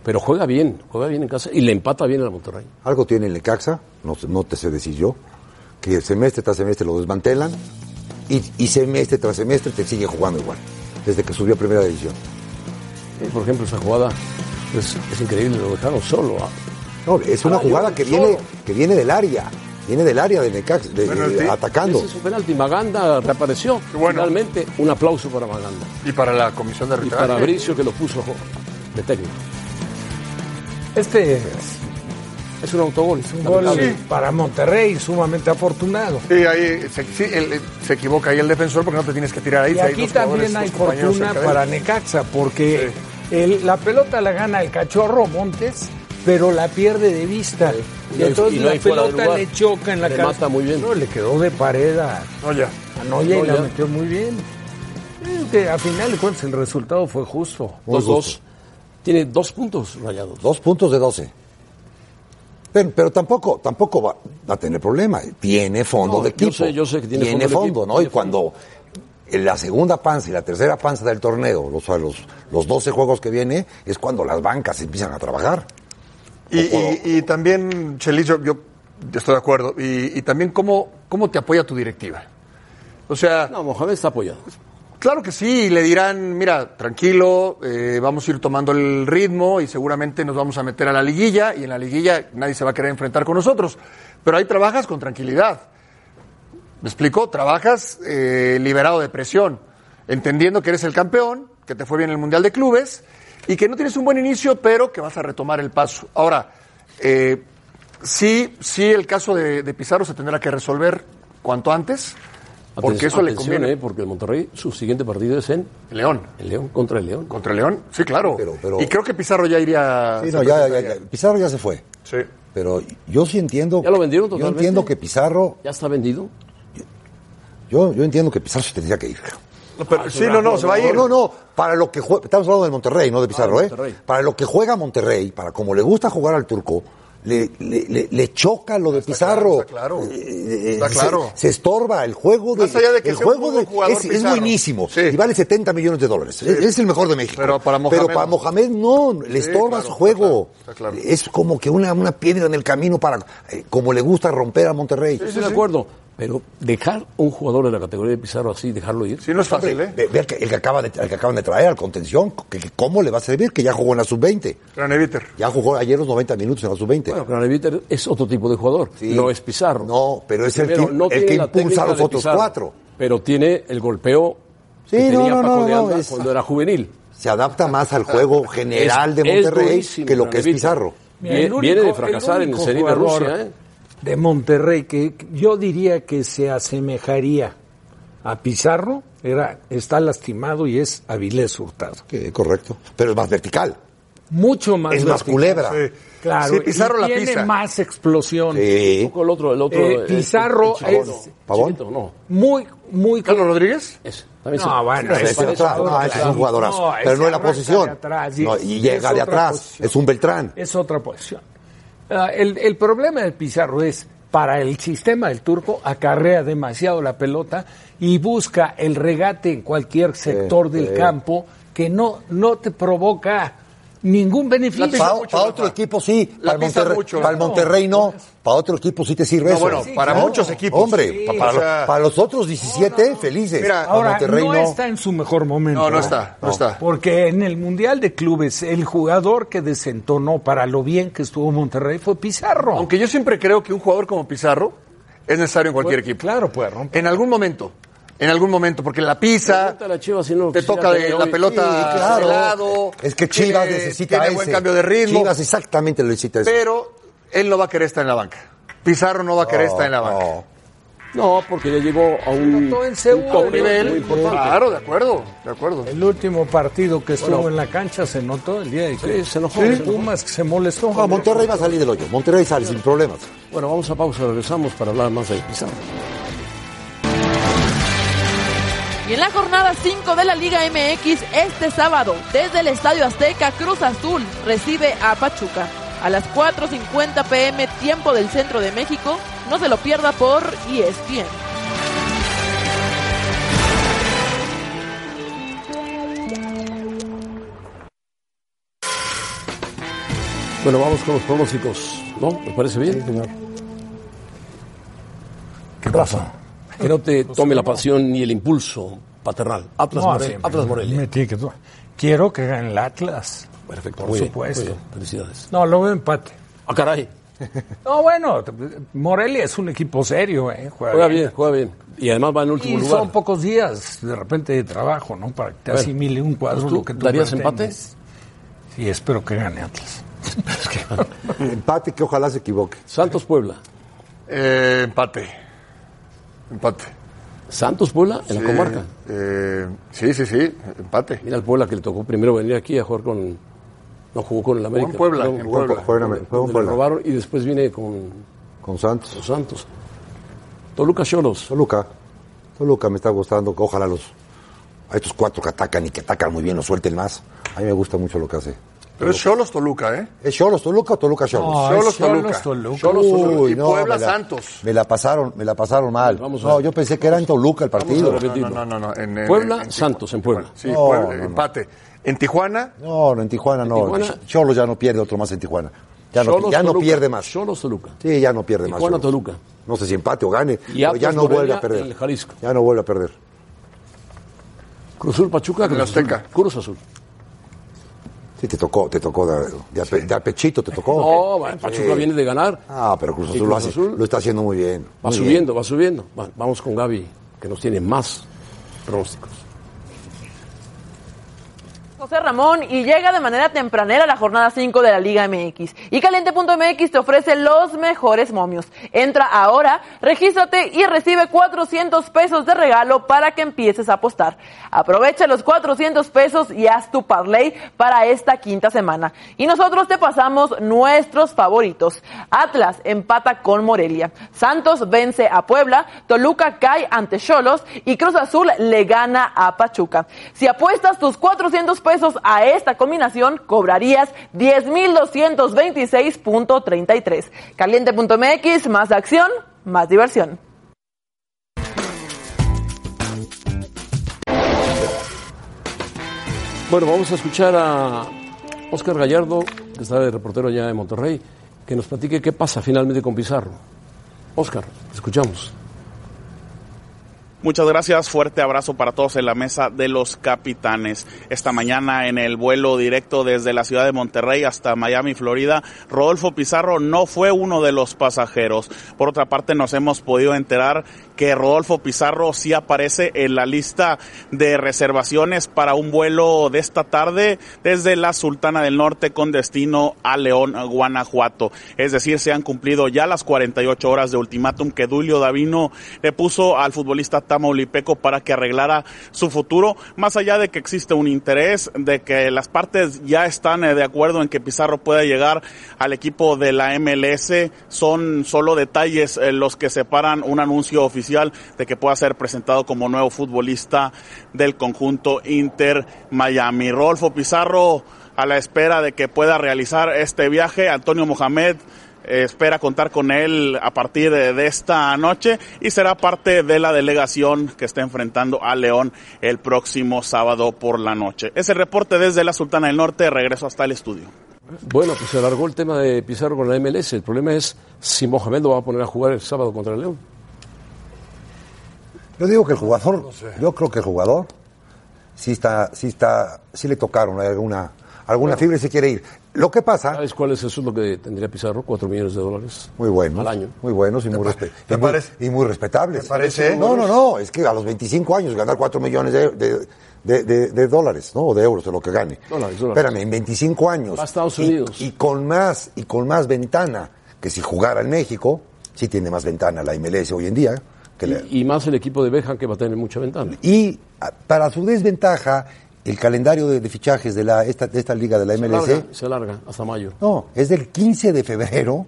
Speaker 2: pero juega bien, juega bien en casa y le empata bien al Monterrey.
Speaker 5: Algo tiene el Necaxa, no, sé- no te sé decir yo, que semestre tras semestre lo desmantelan y, y semestre tras semestre te sigue jugando igual, desde que subió a primera división.
Speaker 2: Eh, Por ejemplo, esa jugada es, es increíble, lo dejaron solo. ah. a-
Speaker 5: No, es una jugada que viene, que viene del área, viene del área de Necaxa, de- de- atacando.
Speaker 2: Ese es un penalti, Maganda reapareció.
Speaker 4: bueno.
Speaker 2: Finalmente, un aplauso para Maganda.
Speaker 4: Y para la comisión de
Speaker 2: Y
Speaker 4: arbitraje.
Speaker 2: para Bricio que lo puso de técnico.
Speaker 3: Este
Speaker 2: Es un autogol. Es un
Speaker 3: gol para Monterrey, sumamente afortunado.
Speaker 4: Sí, ahí se, sí, el- se equivoca ahí el defensor porque no te tienes que tirar ahí.
Speaker 3: Y
Speaker 4: si hay
Speaker 3: aquí
Speaker 4: dos jugadores,
Speaker 3: también hay
Speaker 4: tus compañeros
Speaker 3: fortuna
Speaker 4: cerca de él.
Speaker 3: para Necaxa, porque el- la pelota la gana el cachorro Montes, pero la pierde de vista.
Speaker 2: Y
Speaker 3: Y
Speaker 2: no hay-
Speaker 3: entonces
Speaker 2: y no
Speaker 3: la
Speaker 2: hay fuera de
Speaker 3: pelota
Speaker 2: lugar.
Speaker 3: le choca en la
Speaker 2: Le
Speaker 3: cara.
Speaker 2: mata muy bien.
Speaker 3: No, le quedó de pared a
Speaker 4: No, ya.
Speaker 3: a Noya y la
Speaker 2: Noya.
Speaker 3: metió muy bien. Eh, Que a final de cuentas el resultado fue justo.
Speaker 5: Muy justo.
Speaker 2: 2-2. Tiene dos puntos rayados.
Speaker 5: Dos puntos de 12. Pero, pero tampoco, tampoco va, va a tener problema. Tiene fondo
Speaker 2: No,
Speaker 5: de
Speaker 2: yo
Speaker 5: equipo.
Speaker 2: sé, yo sé que tiene
Speaker 5: tiene
Speaker 2: fondo de
Speaker 5: fondo,
Speaker 2: equipo,
Speaker 5: ¿no?
Speaker 2: tiene
Speaker 5: y cuando en la segunda panza y la tercera panza del torneo, los, o sea, los, los 12 juegos que viene, es cuando las bancas empiezan a trabajar.
Speaker 4: Y, y- y también, Chelis, yo, yo estoy de acuerdo. Y, y también, ¿cómo, ¿cómo te apoya tu directiva? O sea,
Speaker 2: No, Mohamed está apoyado.
Speaker 4: Claro que sí, y le dirán, mira, tranquilo, eh, vamos a ir tomando el ritmo y seguramente nos vamos a meter a la liguilla y en la liguilla nadie se va a querer enfrentar con nosotros. Pero ahí trabajas con tranquilidad. ¿Me explico? Trabajas eh, liberado de presión, entendiendo que eres el campeón, que te fue bien el Mundial de Clubes y que no tienes un buen inicio, pero que vas a retomar el paso. Ahora, eh, sí, sí, el caso de, de Pizarro se tendrá que resolver cuanto antes, porque
Speaker 2: Atención-
Speaker 4: eso le
Speaker 2: atención,
Speaker 4: conviene.
Speaker 2: eh, porque el Monterrey, su siguiente partido es en
Speaker 4: León.
Speaker 2: el León contra el León.
Speaker 4: Contra León, sí, claro.
Speaker 5: Pero- pero-
Speaker 4: Y creo que Pizarro ya iría.
Speaker 5: Sí,
Speaker 4: Ah, se
Speaker 5: no, ya- ya-
Speaker 4: presentaría.
Speaker 5: ya- Pizarro ya se fue.
Speaker 4: Sí.
Speaker 5: Pero yo sí entiendo.
Speaker 2: Ya lo vendieron
Speaker 5: Yo
Speaker 2: totalmente.
Speaker 5: entiendo que Pizarro.
Speaker 2: Ya está vendido.
Speaker 5: Yo, yo entiendo que Pizarro se tendría que ir.
Speaker 4: No, pero-
Speaker 2: Ah,
Speaker 4: sí, no, no, se va a ir.
Speaker 5: No, no, no. Para lo que juega. Estamos hablando del Monterrey, no de Pizarro,
Speaker 2: Ah,
Speaker 5: ¿eh?
Speaker 2: Monterrey.
Speaker 5: Para lo que juega Monterrey, para como le gusta jugar al turco, le, le- le- le choca lo de Pizarro.
Speaker 4: claro, está claro.
Speaker 5: Eh, eh,
Speaker 4: Está
Speaker 5: se-
Speaker 4: claro.
Speaker 5: Se, estorba el juego de.
Speaker 4: Más allá de que
Speaker 5: el
Speaker 4: sea un
Speaker 5: juego
Speaker 4: buen
Speaker 5: de-
Speaker 4: jugador
Speaker 5: es, es
Speaker 4: Pizarro.
Speaker 5: buenísimo.
Speaker 4: Sí.
Speaker 5: Y vale 70 millones de dólares. Es, es el mejor de México.
Speaker 4: Pero para Mohamed
Speaker 5: Pero para
Speaker 4: no.
Speaker 5: Mohamed no. Le
Speaker 4: Sí,
Speaker 5: estorba
Speaker 4: claro,
Speaker 5: su juego.
Speaker 4: está claro, está claro.
Speaker 5: Es como que una, una piedra en el camino para. eh, como le gusta romper a Monterrey.
Speaker 2: Estoy de acuerdo. Pero dejar un jugador de la categoría de Pizarro así, dejarlo ir.
Speaker 4: Sí, no es fácil, ¿eh?
Speaker 5: Ve- Ve al que, el que, acaba de, al que acaban de traer, al contención, que, que cómo le va a servir, que ya jugó en la sub-20.
Speaker 4: Craneviter.
Speaker 5: Ya jugó ayer los 90 minutos en la sub-20.
Speaker 2: Bueno, Craneviter es otro tipo de jugador,
Speaker 5: Sí.
Speaker 2: no es Pizarro.
Speaker 5: No, pero es el
Speaker 2: Primero,
Speaker 5: que-
Speaker 2: no
Speaker 5: el
Speaker 2: tiene
Speaker 5: que
Speaker 2: la
Speaker 5: impulsa
Speaker 2: técnica
Speaker 5: a los
Speaker 2: de
Speaker 5: otros
Speaker 2: Pizarro,
Speaker 5: cuatro.
Speaker 2: Pero tiene el golpeo
Speaker 5: Sí,
Speaker 2: que
Speaker 5: no,
Speaker 2: tenía
Speaker 5: no,
Speaker 2: Paco
Speaker 5: no,
Speaker 2: de
Speaker 5: no,
Speaker 2: Anda
Speaker 5: es-
Speaker 2: cuando era juvenil. Ah,
Speaker 5: Se adapta más al juego general
Speaker 2: Es-
Speaker 5: de
Speaker 2: es
Speaker 5: Monterrey
Speaker 2: durísimo,
Speaker 5: que lo que es
Speaker 2: Craneviter.
Speaker 5: Pizarro.
Speaker 3: Mira,
Speaker 2: Vie-
Speaker 3: el único-
Speaker 2: viene de fracasar en
Speaker 3: único
Speaker 2: el Serie de
Speaker 3: jugador
Speaker 2: Rusia, ¿eh?
Speaker 3: De Monterrey, que yo diría que se asemejaría a Pizarro, era, está lastimado y es Avilés Hurtado.
Speaker 5: Sí, correcto. Pero es más vertical.
Speaker 3: Mucho más.
Speaker 5: Es más
Speaker 3: vertical.
Speaker 5: culebra.
Speaker 4: Sí.
Speaker 3: Claro,
Speaker 4: Sí, Pizarro
Speaker 3: y
Speaker 4: la
Speaker 3: tiene
Speaker 4: pisa.
Speaker 3: más explosión.
Speaker 5: Sí.
Speaker 2: Con el otro, el otro.
Speaker 3: Eh,
Speaker 2: este,
Speaker 3: Pizarro
Speaker 2: el chico,
Speaker 3: es-
Speaker 2: no,
Speaker 5: ¿Pavón?
Speaker 2: chiquito, no.
Speaker 3: Muy, muy.
Speaker 4: ¿Carlos Rodríguez?
Speaker 2: Ese. También
Speaker 3: No,
Speaker 2: se-
Speaker 5: No,
Speaker 3: bueno,
Speaker 5: ese,
Speaker 2: parece
Speaker 5: es otra-
Speaker 2: jugador,
Speaker 5: no, ese es
Speaker 2: claro.
Speaker 5: un jugadorazo.
Speaker 3: No,
Speaker 5: pero
Speaker 3: ese
Speaker 5: no es la
Speaker 3: arranca
Speaker 5: posición.
Speaker 3: de atrás, y-
Speaker 5: No,
Speaker 3: y
Speaker 5: y
Speaker 3: es
Speaker 5: llega de
Speaker 3: otra
Speaker 5: atrás.
Speaker 3: posición.
Speaker 5: Es un Beltrán.
Speaker 3: Es otra posición. Ah, el, el problema del Pizarro es, para el sistema del turco, acarrea demasiado la pelota y busca el regate en cualquier sector del campo que no, no te provoca ningún beneficio.
Speaker 5: Para, otro equipo sí,
Speaker 4: La
Speaker 5: para el
Speaker 4: pisa
Speaker 5: Monterrey,
Speaker 4: mucho.
Speaker 5: para el Monterrey no, para otro equipo sí te sirve
Speaker 4: No,
Speaker 5: eso.
Speaker 4: bueno,
Speaker 5: Sí,
Speaker 4: para
Speaker 5: claro.
Speaker 4: muchos equipos.
Speaker 5: Hombre,
Speaker 4: Sí,
Speaker 5: pa- para,
Speaker 4: o sea-
Speaker 5: para los otros 17 felices.
Speaker 4: Mira,
Speaker 5: Para
Speaker 3: Ahora,
Speaker 5: Monterrey
Speaker 3: no,
Speaker 5: no.
Speaker 3: está en su mejor momento.
Speaker 4: No, no está, no está.
Speaker 3: Porque en el Mundial de Clubes, el jugador que desentonó para lo bien que estuvo Monterrey fue Pizarro.
Speaker 4: Aunque yo siempre creo que un jugador como Pizarro es necesario en cualquier equipo.
Speaker 3: Claro, puede romper.
Speaker 4: En algún momento. En algún momento, porque la pisa,
Speaker 2: Pregúntale a Chivas si no
Speaker 4: te
Speaker 2: quisiera
Speaker 4: toca de
Speaker 2: tener
Speaker 4: la
Speaker 2: hoy-
Speaker 4: pelota
Speaker 5: Sí,
Speaker 4: de lado.
Speaker 5: Es que Chivas
Speaker 4: tiene-
Speaker 5: necesita
Speaker 4: tiene
Speaker 5: ese.
Speaker 4: buen cambio de ritmo.
Speaker 5: Chivas exactamente lo necesita ese.
Speaker 4: Pero él no va a querer estar en la banca. Pizarro no va a querer estar en la banca.
Speaker 5: No.
Speaker 2: No, porque ya llegó a un,
Speaker 3: notó en Seúl,
Speaker 2: un tope
Speaker 3: el nivel.
Speaker 2: muy importante.
Speaker 4: Claro, de acuerdo, de acuerdo.
Speaker 3: El último partido que estuvo en la cancha se notó el día de que
Speaker 2: Sí, se enojó, se enojó.
Speaker 3: Pumas que se molestó.
Speaker 5: No, Monterrey va a salir del hoyo. Monterrey sale sin problemas.
Speaker 2: Bueno, vamos a pausa, regresamos para hablar más de Pizarro.
Speaker 8: Y en la jornada 5 de la Liga MX, este sábado, desde el Estadio Azteca, Cruz Azul recibe a Pachuca. A las 4.50 pm, tiempo del centro de México, no se lo pierda por E ESPN.
Speaker 2: Bueno, vamos con los pronósticos, ¿no? ¿Me parece bien? señor.
Speaker 5: ¿Qué pasa?
Speaker 2: Que no te tome la pasión ni el impulso paternal. Atlas,
Speaker 3: No,
Speaker 2: Morel-
Speaker 3: sí,
Speaker 2: Atlas
Speaker 3: me-
Speaker 2: Morelia.
Speaker 3: me tiene que- Quiero que gane el Atlas.
Speaker 2: Perfecto,
Speaker 3: Por
Speaker 2: muy bien,
Speaker 3: supuesto.
Speaker 2: muy bien, felicidades.
Speaker 3: No, lo veo empate.
Speaker 2: ¡Ah, caray!
Speaker 3: No, bueno, Morelia es un equipo serio, ¿eh? Juega
Speaker 2: Juega
Speaker 3: bien.
Speaker 2: bien, juega bien. Y además va en último
Speaker 3: Y
Speaker 2: lugar.
Speaker 3: son pocos días de repente de trabajo, ¿no? Para que te
Speaker 2: Bueno,
Speaker 3: asimile un cuadro
Speaker 2: ¿tú
Speaker 3: lo que tú
Speaker 2: darías
Speaker 3: pretendes. Sí, espero que gane Atlas.
Speaker 5: Empate que ojalá se equivoque.
Speaker 2: Santos Puebla.
Speaker 4: Eh, empate. Empate.
Speaker 2: Santos Puebla en la comarca.
Speaker 4: Eh, sí, sí, sí, empate.
Speaker 2: Mira el Puebla que le tocó primero venir aquí a jugar con. No jugó con el América.
Speaker 4: en Puebla,
Speaker 2: Luego-
Speaker 4: en
Speaker 5: Juega
Speaker 4: Puebla.
Speaker 5: con- juega en- juega
Speaker 2: donde
Speaker 5: con
Speaker 2: le
Speaker 5: Puebla.
Speaker 2: robaron y después viene con
Speaker 5: Con Santos.
Speaker 2: los Santos. Toluca Cholos.
Speaker 5: Toluca. Toluca me está gustando. Ojalá los. A estos cuatro que atacan y que atacan muy bien, los suelten más. A mí me gusta mucho lo que hace.
Speaker 4: Pero es Cholos Toluca, ¿eh?
Speaker 5: ¿Es Cholos Toluca o Toluca Cholos?
Speaker 3: Ay,
Speaker 4: Cholos Toluca.
Speaker 3: Cholos, Toluca.
Speaker 4: Cholos Toluca.
Speaker 5: Uy,
Speaker 4: Y
Speaker 5: no,
Speaker 4: Puebla
Speaker 5: me la-
Speaker 4: Santos.
Speaker 5: Me la pasaron, me la pasaron mal.
Speaker 2: Vamos a
Speaker 5: no,
Speaker 2: ver.
Speaker 5: yo pensé que era en Toluca el partido.
Speaker 2: Vamos a ver.
Speaker 4: No, no, no, no, no, en- en-
Speaker 2: Puebla,
Speaker 4: en Tijuana.
Speaker 2: Santos en Puebla.
Speaker 4: Sí,
Speaker 5: No,
Speaker 4: Puebla,
Speaker 5: no, no.
Speaker 4: empate. En Tijuana,
Speaker 5: No, no, en Tijuana no.
Speaker 2: Tijuana?
Speaker 5: Cholos ya no pierde otro más en Tijuana. Ya no,
Speaker 2: Cholos,
Speaker 5: ya no
Speaker 2: Toluca.
Speaker 5: pierde más.
Speaker 2: Cholos Toluca.
Speaker 5: Sí, ya no pierde más.
Speaker 2: Tijuana,
Speaker 5: Cholos.
Speaker 2: Toluca.
Speaker 5: No sé si empate o gane, pero
Speaker 2: Atlas
Speaker 5: ya no vuelve
Speaker 2: Morelia
Speaker 5: a perder.
Speaker 2: en el Jalisco.
Speaker 5: Ya no vuelve a perder.
Speaker 2: Cruz Azul Pachuca,
Speaker 4: En
Speaker 2: Cruz
Speaker 4: la
Speaker 2: Azul.
Speaker 4: Azteca.
Speaker 2: Cruz Azul.
Speaker 5: Sí, te tocó, te tocó de, de ape- de apechito, te tocó.
Speaker 2: No, bueno, Oh, Pachuca
Speaker 5: Sí.
Speaker 2: viene de ganar.
Speaker 5: Ah, pero Cruz
Speaker 2: Y
Speaker 5: Azul,
Speaker 2: Cruz
Speaker 5: lo, hace,
Speaker 2: Azul
Speaker 5: lo está haciendo muy bien.
Speaker 2: Va
Speaker 5: Muy bien.
Speaker 2: subiendo, va subiendo. Va- vamos con Gaby, que nos tiene más pronósticos.
Speaker 8: José Ramón y llega de manera tempranera la jornada 5 de la Liga MX. Y Caliente.mx te ofrece los mejores momios. Entra ahora, regístrate y recibe 400 pesos de regalo para que empieces a apostar. Aprovecha los 400 pesos y haz tu parlay para esta quinta semana. Y nosotros te pasamos nuestros favoritos. Atlas empata con Morelia. Santos vence a Puebla. Toluca cae ante Cholos. Y Cruz Azul le gana a Pachuca. Si apuestas tus 400 pesos a esta combinación, cobrarías 10.226.33. Caliente.mx, más acción, más diversión.
Speaker 2: Bueno, vamos a escuchar a Oscar Gallardo, que está de reportero allá de Monterrey, que nos platique qué pasa finalmente con Pizarro. Oscar, te escuchamos.
Speaker 9: Muchas gracias, fuerte abrazo para todos en la mesa de los capitanes. Esta mañana en el vuelo directo desde la ciudad de Monterrey hasta Miami, Florida, Rodolfo Pizarro no fue uno de los pasajeros. Por otra parte, nos hemos podido enterar que Rodolfo Pizarro sí aparece en la lista de reservaciones para un vuelo de esta tarde desde la Sultana del Norte con destino a León, Guanajuato. Es decir, se han cumplido ya las 48 horas de ultimátum que Dulio Davino le puso al futbolista Tamaulipeco para que arreglara su futuro, más allá de que existe un interés, de que las partes ya están eh, de acuerdo en que Pizarro pueda llegar al equipo de la MLS, son solo detalles eh, los que separan un anuncio oficial de que pueda ser presentado como nuevo futbolista del conjunto Inter Miami. Rolfo Pizarro a la espera de que pueda realizar este viaje. Antonio Mohamed eh, espera contar con él a partir de, de esta noche y será parte de la delegación que está enfrentando a León el próximo sábado por la noche. Es el reporte desde la Sultana del Norte. Regreso hasta el estudio.
Speaker 2: Bueno, pues se alargó el tema de Pizarro con la MLS. El problema es si Mohamed lo va a poner a jugar el sábado contra el León.
Speaker 5: Yo digo que el jugador, yo creo que el jugador sí está, sí está, sí le tocaron alguna, alguna fibra y se quiere ir. Lo que pasa,
Speaker 2: ¿Sabes cuál es eso lo que tendría Pizarro? Cuatro millones de dólares.
Speaker 5: muy buenos,
Speaker 2: Al año.
Speaker 5: muy buenos y muy,
Speaker 2: pa-
Speaker 5: respe-
Speaker 2: te
Speaker 5: y muy-
Speaker 2: parece?
Speaker 5: y muy respetables.
Speaker 2: ¿Te parece?
Speaker 5: No, no, no, es que a los 25 años ganar 4 millones de, de- de- de- de dólares, ¿no? O de euros, de lo que gane.
Speaker 2: Dólares, dólares.
Speaker 5: Espérame, en 25 años.
Speaker 2: Va a Estados
Speaker 5: Y-
Speaker 2: Unidos.
Speaker 5: Y, con más, y con más ventana que si jugara en México, sí tiene más ventana la MLS hoy en día. Que la-
Speaker 2: Y, y más el equipo de Bejan que va a tener mucha ventana.
Speaker 5: y a- para su desventaja, el calendario de, de fichajes de, la, esta, de esta liga de la
Speaker 2: Se
Speaker 5: MLS
Speaker 2: alarga, se alarga hasta mayo.
Speaker 5: no, es del 15 de febrero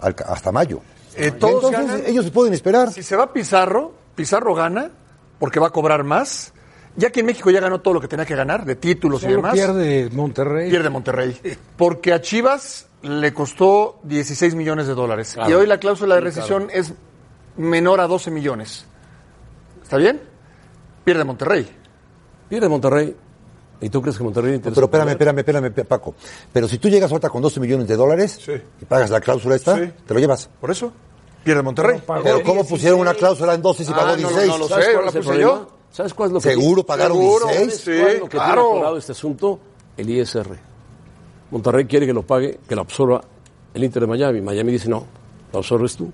Speaker 5: al ca- hasta mayo.
Speaker 4: Eh, todos
Speaker 5: Entonces,
Speaker 4: ganan.
Speaker 5: ellos pueden esperar.
Speaker 4: Si se va Pizarro, Pizarro gana porque va a cobrar más. Ya que en México ya ganó todo lo que tenía que ganar, de títulos y
Speaker 3: Solo
Speaker 4: demás.
Speaker 3: pierde Monterrey.
Speaker 4: Pierde Monterrey. Porque a Chivas le costó 16 millones de dólares.
Speaker 3: Claro.
Speaker 4: Y hoy la cláusula de
Speaker 3: Sí,
Speaker 4: rescisión es menor a 12 millones. ¿Está bien? Pierde Monterrey.
Speaker 2: Pierde Monterrey. ¿Y tú crees que Monterrey interesa?
Speaker 5: Pero espérame, espérame, espérame, pe- Paco. Pero si tú llegas ahorita con 12 millones de dólares y pagas la cláusula esta,
Speaker 4: Sí.
Speaker 5: te lo llevas.
Speaker 4: ¿Por eso? Pierde Monterrey.
Speaker 5: Pero ¿cómo pusieron una cláusula en 12 y
Speaker 4: Ah,
Speaker 5: pagó
Speaker 4: no,
Speaker 5: 16?
Speaker 4: no lo sé,
Speaker 5: ¿Sabes
Speaker 4: no
Speaker 5: cuál
Speaker 4: la
Speaker 5: es el
Speaker 4: puse
Speaker 5: problema?
Speaker 4: yo.
Speaker 2: ¿Sabes cuál es lo que
Speaker 5: ¿Seguro
Speaker 2: tiene-
Speaker 5: pagaron
Speaker 4: Seguro,
Speaker 5: 16?
Speaker 4: sí,
Speaker 2: ¿Cuál es lo que tiene
Speaker 4: claro.
Speaker 2: atorado este asunto? El ISR. Monterrey quiere que lo pague, que lo absorba el Inter de Miami. Miami dice no, lo absorbes tú.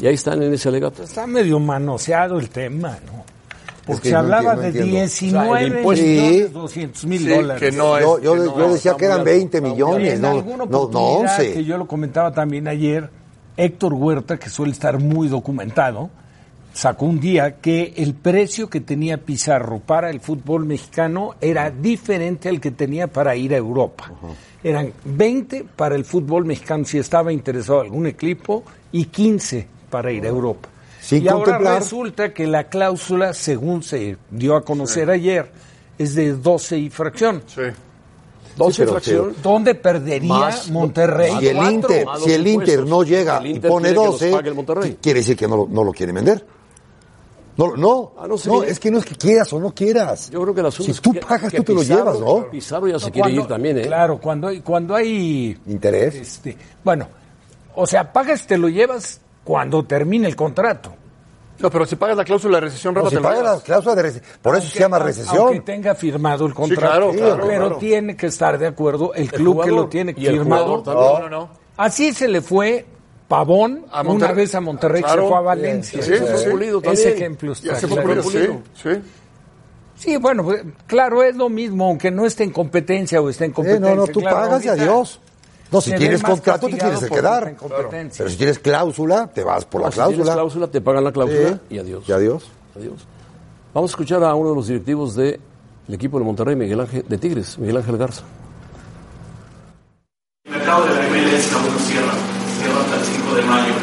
Speaker 2: Y ahí están en ese alegato.
Speaker 3: Está medio manoseado el tema, ¿no?
Speaker 5: que
Speaker 3: Porque Pues se
Speaker 5: no
Speaker 3: hablaba
Speaker 5: entiendo, no
Speaker 3: de
Speaker 5: entiendo.
Speaker 2: O sea,
Speaker 3: 19
Speaker 2: el impuesto-
Speaker 3: millones 200 mil
Speaker 4: Sí,
Speaker 3: dólares.
Speaker 4: que no es.
Speaker 5: yo, yo-
Speaker 4: que
Speaker 5: yo
Speaker 4: no es.
Speaker 5: decía que eran 20 millones,
Speaker 3: en
Speaker 5: no,
Speaker 3: alguna
Speaker 5: no, no,
Speaker 3: oportunidad
Speaker 5: 11.
Speaker 3: que yo lo comentaba también ayer, Héctor Huerta, que suele estar muy documentado, sacó un día que el precio que tenía Pizarro para el fútbol mexicano era diferente al que tenía para ir a Europa. Eran 20 para el fútbol mexicano si estaba interesado algún equipo y 15 para ir a Europa.
Speaker 5: Sin
Speaker 3: y ahora
Speaker 5: contemplar-
Speaker 3: resulta que la cláusula, según se dio a conocer ayer, es de 12 y fracción.
Speaker 2: Doce
Speaker 5: pero-
Speaker 2: fracción.
Speaker 3: ¿Dónde perdería
Speaker 2: Más-
Speaker 3: Monterrey?
Speaker 5: Si el
Speaker 2: Cuatro,
Speaker 5: Inter,
Speaker 2: más
Speaker 5: si el
Speaker 2: los
Speaker 5: Inter
Speaker 2: impuestos.
Speaker 5: no llega
Speaker 2: El
Speaker 5: y
Speaker 2: Inter
Speaker 5: pone
Speaker 2: quiere que los
Speaker 5: 12,
Speaker 2: pague el Monterrey.
Speaker 5: quiere decir que no, lo- no lo quieren vender. No, no,
Speaker 2: Ah, no sé.
Speaker 5: no, es que no es que quieras o no quieras.
Speaker 2: Yo creo que el asunto
Speaker 4: Pues,
Speaker 5: Si
Speaker 2: es
Speaker 5: tú
Speaker 2: que-
Speaker 5: pagas,
Speaker 2: que
Speaker 5: tú te lo
Speaker 2: Pizarro-
Speaker 5: llevas, ¿no?
Speaker 2: Pizarro ya se
Speaker 3: No,
Speaker 2: quiere
Speaker 3: cuando-
Speaker 2: ir también, ¿eh?
Speaker 3: Claro, cuando hay, cuando hay
Speaker 5: Interés.
Speaker 3: este, bueno, o sea, pagas te lo llevas cuando termine el contrato.
Speaker 4: No, pero si pagas la cláusula de recesión,
Speaker 5: No,
Speaker 4: Rafa,
Speaker 5: si
Speaker 4: te lo
Speaker 5: pagas
Speaker 4: llevas.
Speaker 5: la cláusula de recesión, por eso se llama
Speaker 3: Aunque
Speaker 5: recesión.
Speaker 3: tenga firmado el contrato,
Speaker 4: claro, claro,
Speaker 3: pero
Speaker 4: claro.
Speaker 3: tiene que estar de acuerdo el, club que
Speaker 2: jugador
Speaker 3: lo tiene
Speaker 2: y el
Speaker 3: firmado.
Speaker 2: jugador también.
Speaker 4: No, no, no.
Speaker 3: Así se le fue Pavón
Speaker 4: A
Speaker 3: una
Speaker 4: Monterrey.
Speaker 3: vez a Monterrey que
Speaker 4: Claro.
Speaker 3: se fue a Valencia.
Speaker 4: Sí, sí, sí.
Speaker 2: Pulido
Speaker 3: Ese
Speaker 2: también.
Speaker 3: ejemplo
Speaker 4: Ya
Speaker 3: está
Speaker 4: se fue
Speaker 3: clarísimo.
Speaker 4: por sí, sí.
Speaker 3: Sí, bueno, pues, claro, es lo mismo, aunque no esté en competencia o esté en
Speaker 5: Eh,
Speaker 3: competencia.
Speaker 5: no, no, tú
Speaker 3: claro,
Speaker 5: pagas y
Speaker 3: ahorita
Speaker 5: adiós. No, si
Speaker 3: se ve
Speaker 5: tienes
Speaker 3: más
Speaker 5: contrato te
Speaker 3: castigado
Speaker 5: tienes que
Speaker 3: porque está
Speaker 5: quedar.
Speaker 3: en competencia.
Speaker 5: Pero si tienes cláusula, te vas por la
Speaker 2: Si tienes
Speaker 5: cláusula.
Speaker 2: cláusula, te pagan la cláusula
Speaker 5: Sí.
Speaker 2: y adiós.
Speaker 5: Y adiós.
Speaker 2: Adiós. Vamos a escuchar a uno de los directivos del equipo de Monterrey, Miguel Ángel, de Tigres, Miguel Ángel Garza.
Speaker 10: El mercado de la MLS aún no cierra, cierra hasta el 5 de mayo.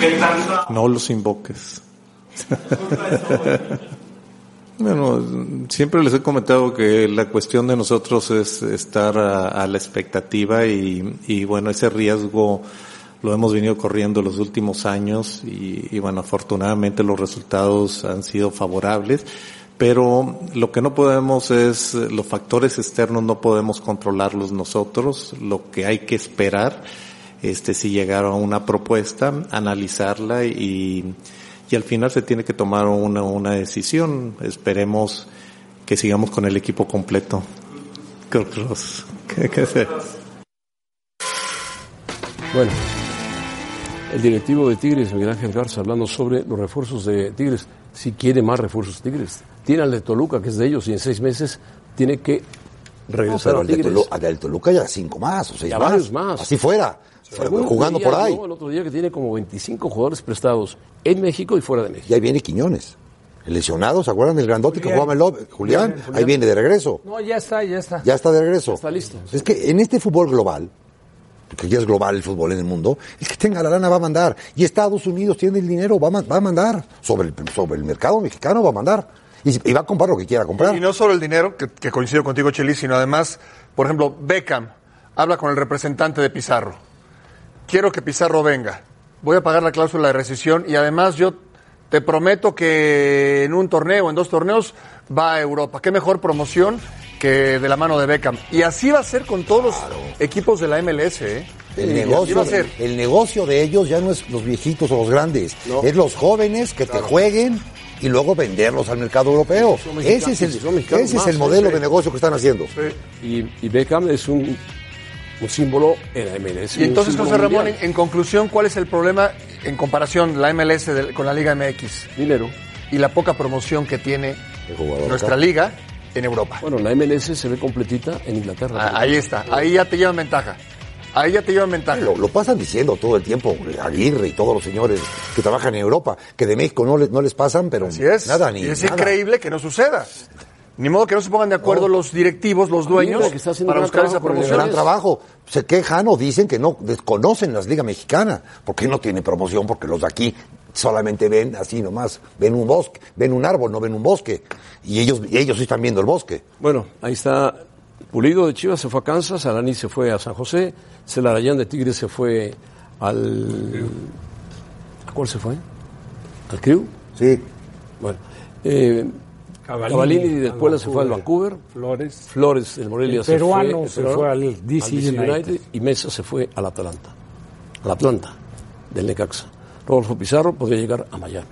Speaker 10: ¿Qué tanta
Speaker 11: No los invoques. bueno, siempre les he comentado que la cuestión de nosotros es estar a, a la expectativa y, y, bueno, ese riesgo lo hemos venido corriendo los últimos años y, y, bueno, afortunadamente los resultados han sido favorables. Pero lo que no podemos es, eh, los factores externos no podemos controlarlos nosotros. Lo que hay que esperar este si llegaron a una propuesta, analizarla y, y al final se tiene que tomar una, una decisión. Esperemos que sigamos con el equipo completo. Creo que los- que- que se-
Speaker 2: Bueno, el directivo de Tigres, Miguel Ángel Garza, hablando sobre los refuerzos de Tigres, si quiere más refuerzos Tigres. Tiene al de Toluca, que es de ellos, y en seis meses tiene que regresar
Speaker 5: No, pero
Speaker 2: al
Speaker 5: al de
Speaker 2: Tigres.
Speaker 5: Tolu- al del Toluca ya cinco más o seis
Speaker 2: Ya
Speaker 5: más.
Speaker 2: varios más.
Speaker 5: Así fuera, fuera,
Speaker 2: Según
Speaker 5: jugando
Speaker 2: leía
Speaker 5: por ahí.
Speaker 2: yo El otro día que tiene como 25 jugadores prestados en México y fuera de México.
Speaker 5: Y ahí viene Quiñones. El lesionado, ¿se acuerdan del grandote que
Speaker 3: Julián.
Speaker 5: jugaba en Love? Julián,
Speaker 3: Julián, Julián.
Speaker 5: ahí viene de regreso.
Speaker 3: No, ya está, ya está.
Speaker 5: Ya está de regreso.
Speaker 3: Está listo.
Speaker 5: Es que en este fútbol global, porque ya es global el fútbol en el mundo, el que tenga la lana va a mandar. Y Estados Unidos tiene el dinero, va a, man- va a mandar. Sobre el, sobre el mercado mexicano va a mandar. Y, si- y va a comprar lo que quiera comprar.
Speaker 4: Y no solo el dinero, que, que coincido contigo, Chelis, sino además, por ejemplo, Beckham habla con el representante de Pizarro. Quiero que Pizarro venga. Voy a pagar la cláusula de rescisión y además yo te prometo que en un torneo, en dos torneos, va a Europa. Qué mejor promoción que de la mano de Beckham. Y así va a ser con todos los equipos de la MLS. ¿eh?
Speaker 5: El
Speaker 4: Y así
Speaker 5: negocio,
Speaker 4: va a ser.
Speaker 5: el negocio de ellos ya no es los viejitos o los grandes, es los jóvenes que te jueguen y luego venderlos al mercado europeo.
Speaker 2: mexicanos,
Speaker 5: Ese es el,
Speaker 2: y son mexicanos
Speaker 5: ese es
Speaker 2: más,
Speaker 5: el
Speaker 2: sí,
Speaker 5: modelo
Speaker 2: sí.
Speaker 5: de negocio que están haciendo.
Speaker 2: Y, y Beckham es un, un símbolo en la MLS.
Speaker 4: Y entonces,
Speaker 2: un símbolo
Speaker 4: José Ramón, en,
Speaker 2: mundial.
Speaker 4: en conclusión, ¿cuál es el problema en comparación la MLS del- con la Liga MX?
Speaker 2: Dinero.
Speaker 4: Y la poca promoción que tiene nuestra liga en Europa.
Speaker 2: Bueno, la MLS se ve completita en Inglaterra.
Speaker 4: Ah, Ahí está, ahí ya te llevan ventaja. Ahí ya te llevan ventaja.
Speaker 5: Lo, lo pasan diciendo todo el tiempo, Aguirre y todos los señores que trabajan en Europa, que de México no les, no les pasan, pero
Speaker 4: Es-
Speaker 5: nada ni
Speaker 4: y es
Speaker 5: nada.
Speaker 4: increíble que no suceda. Ni modo que no se pongan de acuerdo los directivos, los dueños,
Speaker 5: Mira que
Speaker 4: para buscar
Speaker 5: gran
Speaker 4: esa
Speaker 5: trabajo con el
Speaker 4: promoción.
Speaker 5: gran trabajo. Se quejan o dicen que no desconocen las ligas mexicanas, porque no tiene promoción, porque los de aquí solamente ven así nomás, ven un bosque, ven un árbol, no ven un bosque. Y ellos, y ellos sí están viendo el bosque.
Speaker 2: Bueno, ahí está Pulido de Chivas se fue a Kansas, Arani se fue a San José, Celarayán de Tigres se fue al... ¿A cuál se fue? ¿Al Crew?
Speaker 5: Sí.
Speaker 2: Bueno, eh,
Speaker 3: Cavallini,
Speaker 2: Cavallini, del
Speaker 3: al
Speaker 2: Puebla se fue al Vancouver,
Speaker 3: Vancouver. Flores.
Speaker 2: Flores del Morelia
Speaker 3: El
Speaker 2: se fue,
Speaker 3: peruano
Speaker 2: el
Speaker 3: se fue al DC United.
Speaker 2: y Mesa se fue al Atalanta, al Atlanta del Necaxa. Rodolfo Pizarro podría llegar a Miami.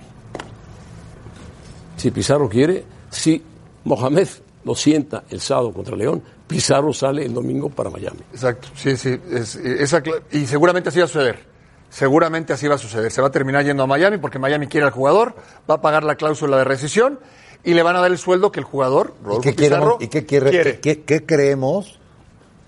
Speaker 2: Si Pizarro quiere, si Mohamed lo sienta el sábado contra León, Pizarro sale el domingo para Miami.
Speaker 4: Exacto, sí, sí. es- esa cla- y seguramente así va a suceder. Seguramente así va a suceder. Se va a terminar yendo a Miami porque Miami quiere al jugador, va a pagar la cláusula de rescisión y le van a dar el sueldo que el jugador,
Speaker 5: ¿Y
Speaker 4: Rodolfo
Speaker 5: qué, queremos-
Speaker 4: Pizarro,
Speaker 5: y qué quiere-
Speaker 4: quiere.
Speaker 5: qué- qué creemos?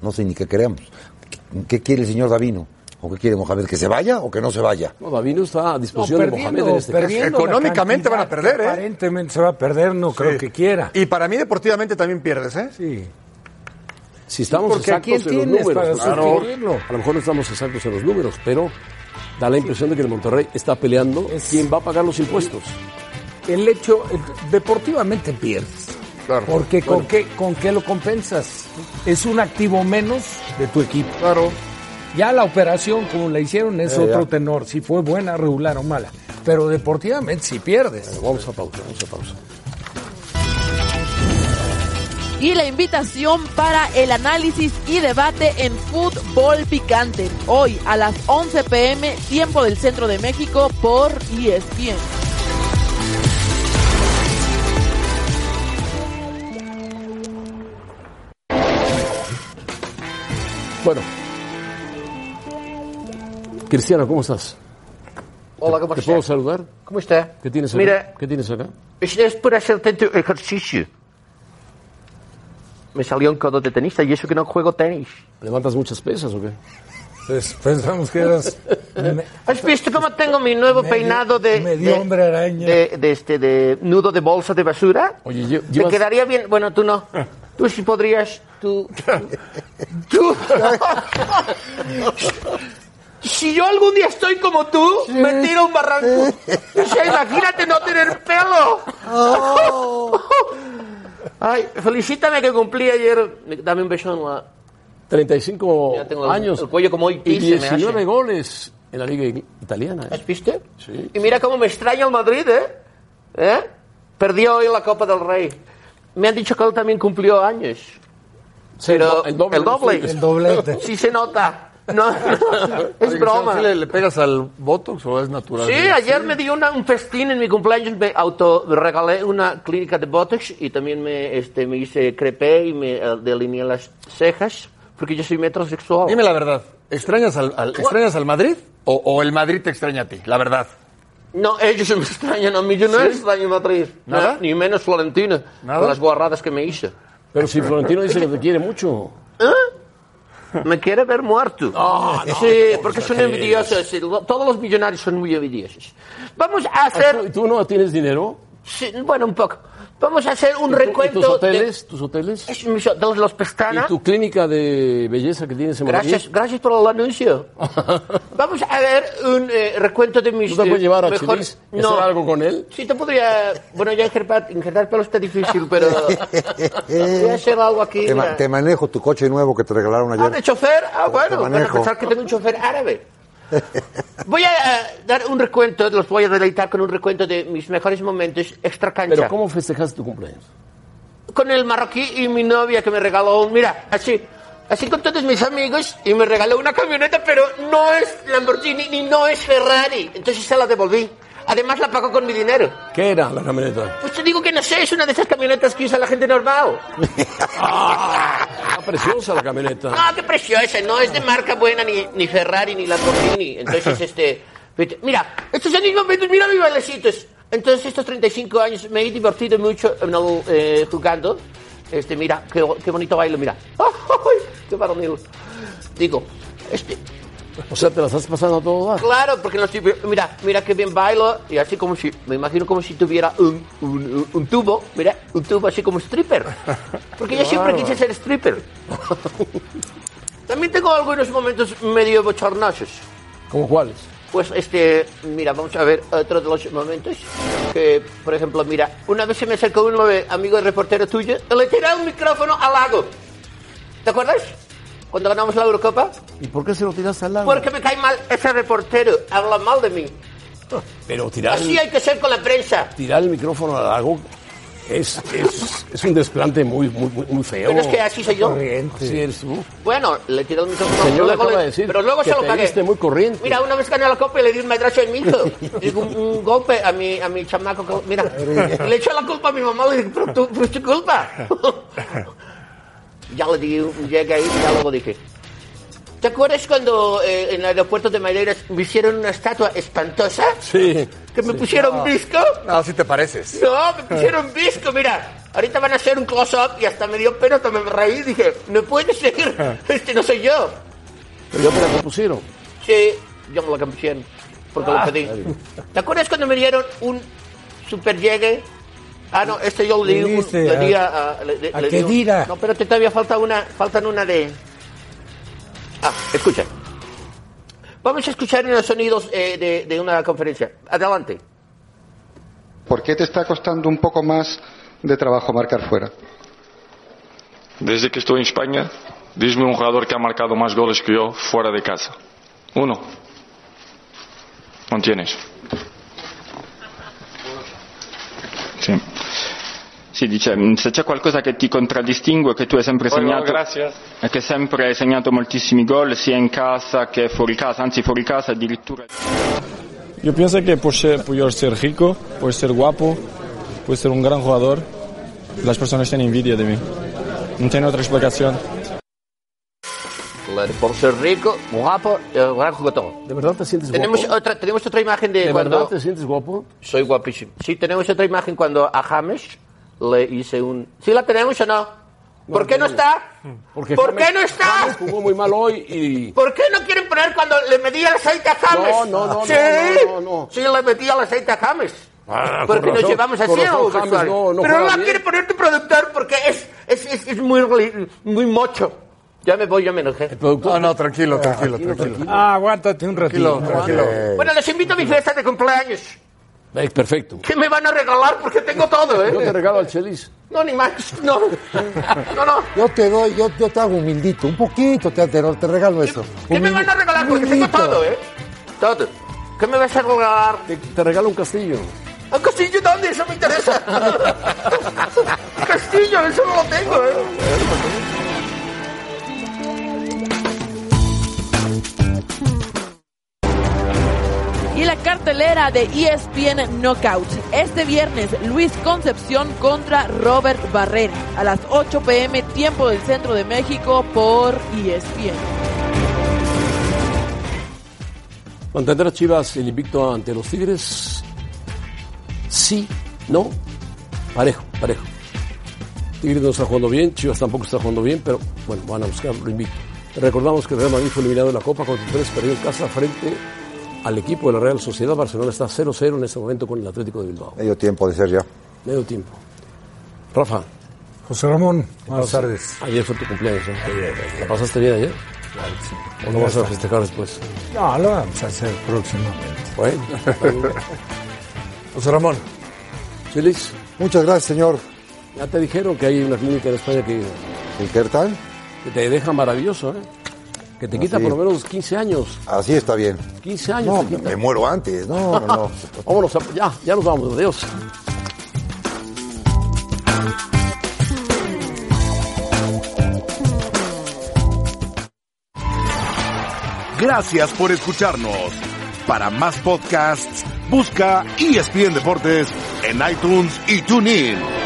Speaker 5: No sé ni qué creemos. ¿Qué, qué quiere el señor Davino? ¿O qué quiere Mohamed? ¿Que se vaya o que no se vaya?
Speaker 2: No, Davino está a disposición de Mohamed en este caso.
Speaker 4: perdiendo. Económicamente
Speaker 3: la
Speaker 4: van a perder,
Speaker 3: que
Speaker 4: ¿eh?
Speaker 3: Aparentemente se va a perder, no creo que quiera.
Speaker 4: Y para mí deportivamente también pierdes, ¿eh?
Speaker 3: Sí.
Speaker 2: Si estamos
Speaker 3: Porque ¿a
Speaker 2: exactos
Speaker 3: quién
Speaker 2: en
Speaker 3: tienes
Speaker 2: los números,
Speaker 3: para
Speaker 2: claro.
Speaker 3: sustituirlo?
Speaker 2: a lo mejor no estamos exactos en los números, pero da la impresión de que el Monterrey está peleando quién va a pagar los impuestos.
Speaker 3: El hecho, eh, deportivamente pierdes.
Speaker 4: Claro.
Speaker 3: Porque ¿con, qué, ¿con qué lo compensas? Es un activo menos de tu equipo.
Speaker 4: Claro.
Speaker 3: Ya la operación, como la hicieron, es
Speaker 2: Eh,
Speaker 5: Ya, ya.
Speaker 3: otro tenor, si fue buena, regular o mala. Pero deportivamente si pierdes.
Speaker 2: Vamos a pausa, vamos a pausa.
Speaker 8: y la invitación para el análisis y debate en Fútbol Picante, hoy a las 11 pm, tiempo del Centro de México por E ESPN.
Speaker 2: Bueno. Cristiano, ¿cómo estás?
Speaker 12: Hola, ¿cómo
Speaker 2: ¿Te
Speaker 12: está?
Speaker 2: puedo saludar?
Speaker 12: ¿Cómo está?
Speaker 2: ¿Qué tienes acá?
Speaker 12: Mira,
Speaker 2: ¿Qué tienes acá?
Speaker 12: es, es por hacer tanto ejercicio. Me salió un codo de tenista y eso que no juego tenis.
Speaker 2: ¿Levantas muchas pesas o qué?
Speaker 3: Pues, pensamos que eras me-
Speaker 12: ¿Has visto cómo tengo mi nuevo
Speaker 3: Medio-
Speaker 12: peinado de,
Speaker 3: medio
Speaker 12: de-
Speaker 3: hombre araña.
Speaker 12: de- de este de nudo de bolsa de basura?
Speaker 2: Oye, lle-
Speaker 12: Te
Speaker 2: llevas-
Speaker 12: quedaría bien. Bueno, tú no. Tú sí podrías. Tú. Tú. Si yo algún día estoy como tú, me tiro a un barranco. O sea, imagínate no tener pelo. Ay, felicítame que cumplí ayer. Dame un beso en la.
Speaker 2: 35
Speaker 12: Ya tengo el-
Speaker 2: años.
Speaker 12: el cuello como hoy
Speaker 2: y
Speaker 12: pise, me
Speaker 2: 19
Speaker 12: hace.
Speaker 2: goles en la Liga i- Italiana. ¿eh?
Speaker 12: ¿Has visto?
Speaker 2: Sí.
Speaker 12: Y mira cómo me extraña el Madrid, ¿eh? ¿Eh? Perdió hoy la Copa del Rey. Me han dicho que él también cumplió años.
Speaker 2: Sí,
Speaker 12: Pero
Speaker 2: el do- el doble.
Speaker 12: El doble.
Speaker 3: el doblete.
Speaker 12: Sí se nota.
Speaker 4: No, no, es
Speaker 13: Oye,
Speaker 4: broma.
Speaker 13: ¿sí le, le pegas al Botox o es natural?
Speaker 12: Sí, ayer me dio una- un festín en mi cumpleaños, me autorregalé una clínica de Botox y también me, este, me hice crepé y me eh, delineé las cejas, porque yo soy metrosexual.
Speaker 13: Dime la verdad, ¿extrañas al, al- ¿extrañas al Madrid o, o el Madrid te extraña a ti? La verdad.
Speaker 12: No, ellos me extrañan a mí, yo no
Speaker 13: ¿Sí?
Speaker 12: extraño Madrid.
Speaker 13: ¿Nada?
Speaker 12: No, Ni menos Florentina, con las guarradas que me hice.
Speaker 2: Pero si Florentino dice que te quiere mucho. ¿Eh?
Speaker 12: Me quiere ver muerto.
Speaker 2: Ah,
Speaker 12: sí, porque son envidiosos. sí, lo- Todos los millonarios son muy envidiosos. Vamos a hacer...
Speaker 2: Ah, ¿Tú, tú no tienes dinero?
Speaker 12: Sí, bueno, un poco. Vamos a hacer un
Speaker 2: ¿Y tú- y
Speaker 12: recuento...
Speaker 2: tus hoteles? ¿Tus hoteles?
Speaker 12: Es mis ho- de los pestañas.
Speaker 2: ¿Y tu clínica de belleza que tienes en Madrid?
Speaker 12: Gracias, gracias por el anuncio. Vamos a ver un eh, recuento de mis...
Speaker 2: ¿Tú te puedes
Speaker 12: eh,
Speaker 2: llevar a
Speaker 12: mejor-
Speaker 2: Chilis y
Speaker 12: No.
Speaker 2: hacer algo con él?
Speaker 12: Sí, te podría... Bueno, ya injertar, injertar pelo está difícil, pero... voy a hacer algo aquí.
Speaker 5: Te, ma-
Speaker 12: mira.
Speaker 5: te manejo tu coche nuevo que te regalaron
Speaker 12: Ah, de
Speaker 5: ayer.
Speaker 12: chofer. Ah, bueno, van a
Speaker 5: manejo.
Speaker 12: pensar que tengo un chofer árabe. Voy a eh, dar un recuento, los voy a deleitar con un recuento de mis mejores momentos extra cancha.
Speaker 2: Pero ¿cómo festejaste tu cumpleaños?
Speaker 12: Con el marroquí y mi novia que me regaló un, mira, así, así con todos mis amigos y me regaló una camioneta, pero no es Lamborghini ni no es Ferrari. Entonces se la devolví. Además la pagó con mi dinero.
Speaker 2: ¿Qué era la camioneta?
Speaker 12: Pues te digo que no sé, es una de esas camionetas que usa la gente normal.
Speaker 2: Ah, Está preciosa la camioneta.
Speaker 12: No, Ah, qué preciosa, no es de marca buena ni, ni Ferrari ni Lamborghini. Entonces, este. vete, Mira, estos son mis momentos, mira mis bailecitos. Entonces, estos 35 años me he divertido mucho en el, eh, jugando. Este, mira, qué, qué bonito baile, mira. ¡Ay, qué varonil! Digo, este,
Speaker 2: O sea, te la estás pasando a todo Ah, dar.
Speaker 12: claro, porque no estoy. Mira, mira qué bien bailo. Y así como si. Me imagino como si tuviera un, un- un tubo, mira, un tubo así como stripper. Porque yo siempre quise ser stripper. También tengo algunos momentos medio bochornosos.
Speaker 2: ¿Cómo cuáles?
Speaker 12: Pues este, mira, vamos a ver otro de los momentos. Que, por ejemplo, mira, una vez se me acercó un eh, amigo reportero tuyo, y le tiré un micrófono al lago. ¿Te acuerdas? Cuando ganamos la Eurocopa.
Speaker 2: ¿Y por qué se lo tiraste al lado?
Speaker 12: Porque me cae mal ese reportero, habla mal de mí.
Speaker 2: Pero tirar,
Speaker 12: Así hay que ser con la prensa.
Speaker 2: tirar el micrófono al lago es, es, es un desplante muy, muy, muy- muy feo.
Speaker 12: Pero es que así soy yo.
Speaker 2: Corriente. Así eres tú.
Speaker 12: Bueno, le tiré el micrófono.
Speaker 2: Señor,
Speaker 12: luego
Speaker 2: acaba
Speaker 12: le-
Speaker 2: de decir
Speaker 12: pero luego
Speaker 2: que
Speaker 12: se lo
Speaker 2: te
Speaker 12: pagué.
Speaker 2: viste muy corriente.
Speaker 12: Mira, una vez gané la copa y le di un madrazo en mi hijo. Le di un, un golpe a mi, a mi chamaco. que- Mira, le echó la culpa a mi mamá. Le dije, pero tú, pero es tu culpa. ya le di, un- llegué ahí y ya luego dije. ¿Te acuerdas cuando eh, en el aeropuerto de Madeiras me hicieron una estatua espantosa?
Speaker 2: Sí.
Speaker 12: ¿Que me pusieron visco?
Speaker 13: No, si Ah, te pareces.
Speaker 12: No, me pusieron visco, mira. Ahorita van a hacer un close-up y hasta me dio pena, hasta me reí. Dije, no puede ser, este no soy yo.
Speaker 2: Pero yo te la compusieron.
Speaker 12: Sí, yo me lo cambié porque
Speaker 2: Ah.
Speaker 12: lo pedí. ¿Te acuerdas cuando me dieron un super llegue? Ah, no, este yo le di,
Speaker 3: Le
Speaker 12: un-
Speaker 3: diste
Speaker 12: le di
Speaker 3: a-
Speaker 12: a... a- le- le-
Speaker 3: a
Speaker 12: le di un-
Speaker 3: Kedira.
Speaker 12: No, pero te todavía falta una, faltan una de... Ah, escucha. Vamos a escuchar unos sonidos eh, de, de una conferencia. Adelante.
Speaker 14: ¿Por qué te está costando un poco más de trabajo marcar fuera?
Speaker 15: Desde que estoy en España, dime un jugador que ha marcado más goles que yo fuera de casa. Uno. No tienes. Sì.
Speaker 16: Sì, dice, mh, se c'è qualcosa che ti contraddistingue, che tu hai sempre
Speaker 15: Poi no,
Speaker 16: segnato,
Speaker 15: grazie.
Speaker 16: e che sempre hai segnato moltissimi gol, sia in casa che fuori casa, anzi fuori casa addirittura.
Speaker 17: Yo pienso que por ser, por yo ser rico, por ser guapo, por ser un gran jugador, las personas tienen envidia de mí. No tiene otra explicación.
Speaker 12: Por ser rico, guapo, eh, gran jugador.
Speaker 2: ¿De verdad te sientes guapo?
Speaker 12: Tenemos otra, tenemos otra imagen de,
Speaker 2: ¿De
Speaker 12: cuando...
Speaker 2: verdad te sientes guapo?
Speaker 12: Soy guapísimo. Sí, tenemos otra imagen cuando a James le hice un... ¿Sí la tenemos o no? ¿Por qué no está?
Speaker 2: Hmm. Porque
Speaker 12: ¿Por
Speaker 2: James-
Speaker 12: qué no está?
Speaker 2: James jugó muy mal hoy y...
Speaker 12: ¿Por qué no quieren poner cuando le metí el aceite a James?
Speaker 2: No, no, no,
Speaker 12: ¿Sí?
Speaker 2: no, no, no.
Speaker 12: Sí, le metí el aceite a James.
Speaker 2: Ah,
Speaker 12: porque
Speaker 2: con
Speaker 12: nos
Speaker 2: razón,
Speaker 12: llevamos
Speaker 2: con
Speaker 12: así
Speaker 2: razón,
Speaker 12: o
Speaker 2: James,
Speaker 12: sexual.
Speaker 2: no- no
Speaker 12: Pero
Speaker 2: juega
Speaker 12: no
Speaker 2: bien.
Speaker 12: quiere poner tu productor porque es, es, es, es muy, reli- muy mocho. Ya me voy, ya me enojé.
Speaker 13: No, no, tranquilo, tranquilo, tranquilo.
Speaker 3: Ah, aguántate un ratito.
Speaker 13: Eh.
Speaker 12: Bueno, les invito a mi fiesta de cumpleaños.
Speaker 2: Eh, perfecto.
Speaker 12: ¿Qué me van a regalar? Porque tengo todo,
Speaker 2: Yo te
Speaker 12: ¿eh?
Speaker 2: regalo al Chelis.
Speaker 12: No, ni más. No. No, no.
Speaker 5: Yo te doy, yo, yo te hago humildito, un poquito, te, te, te regalo eso.
Speaker 12: ¿Qué me van a regalar? Porque tengo todo, ¿eh? Todo. ¿Qué me vas a regalar?
Speaker 2: Te, te regalo un castillo.
Speaker 12: ¿Un castillo dónde? Eso me interesa. castillo, eso no lo tengo, ¿eh?
Speaker 8: cartelera de E ESPN Knockout. Este viernes, Luis Concepción contra Robert Barrera a las 8 pm, tiempo del centro de México por E ESPN.
Speaker 2: ¿Mantendrá Chivas el invicto ante los Tigres? Sí, no, parejo, parejo. Tigres no está jugando bien, Chivas tampoco está jugando bien, pero bueno, van a buscar lo invicto. Recordamos que el Real Madrid fue eliminado de la Copa con tres perdió en casa frente al equipo de la Real Sociedad. Barcelona está 0-0 en este momento con el Atlético de Bilbao.
Speaker 5: Medio tiempo de ser ya.
Speaker 2: Medio tiempo. Rafa.
Speaker 3: José Ramón, buenas
Speaker 2: pasa?
Speaker 3: tardes.
Speaker 2: Ayer fue tu cumpleaños, ¿eh? ¿La pasaste bien ayer? ¿O lo vas a festejar después?
Speaker 3: No, lo vamos a hacer próximamente.
Speaker 2: Bueno. José Ramón. Feliz.
Speaker 5: Muchas gracias, señor.
Speaker 2: Ya te dijeron que hay una clínica en España que...
Speaker 5: ¿En qué tal?
Speaker 2: Que te deja maravilloso, ¿eh? Que te quita
Speaker 5: Así.
Speaker 2: por lo menos 15 años.
Speaker 5: Así está bien.
Speaker 2: 15 años.
Speaker 5: No,
Speaker 2: te quita.
Speaker 5: me muero antes. No, no, no.
Speaker 2: Vámonos, a- ya, ya nos vamos, adiós.
Speaker 1: Gracias por escucharnos. Para más podcasts, busca ESPN Deportes en iTunes y TuneIn.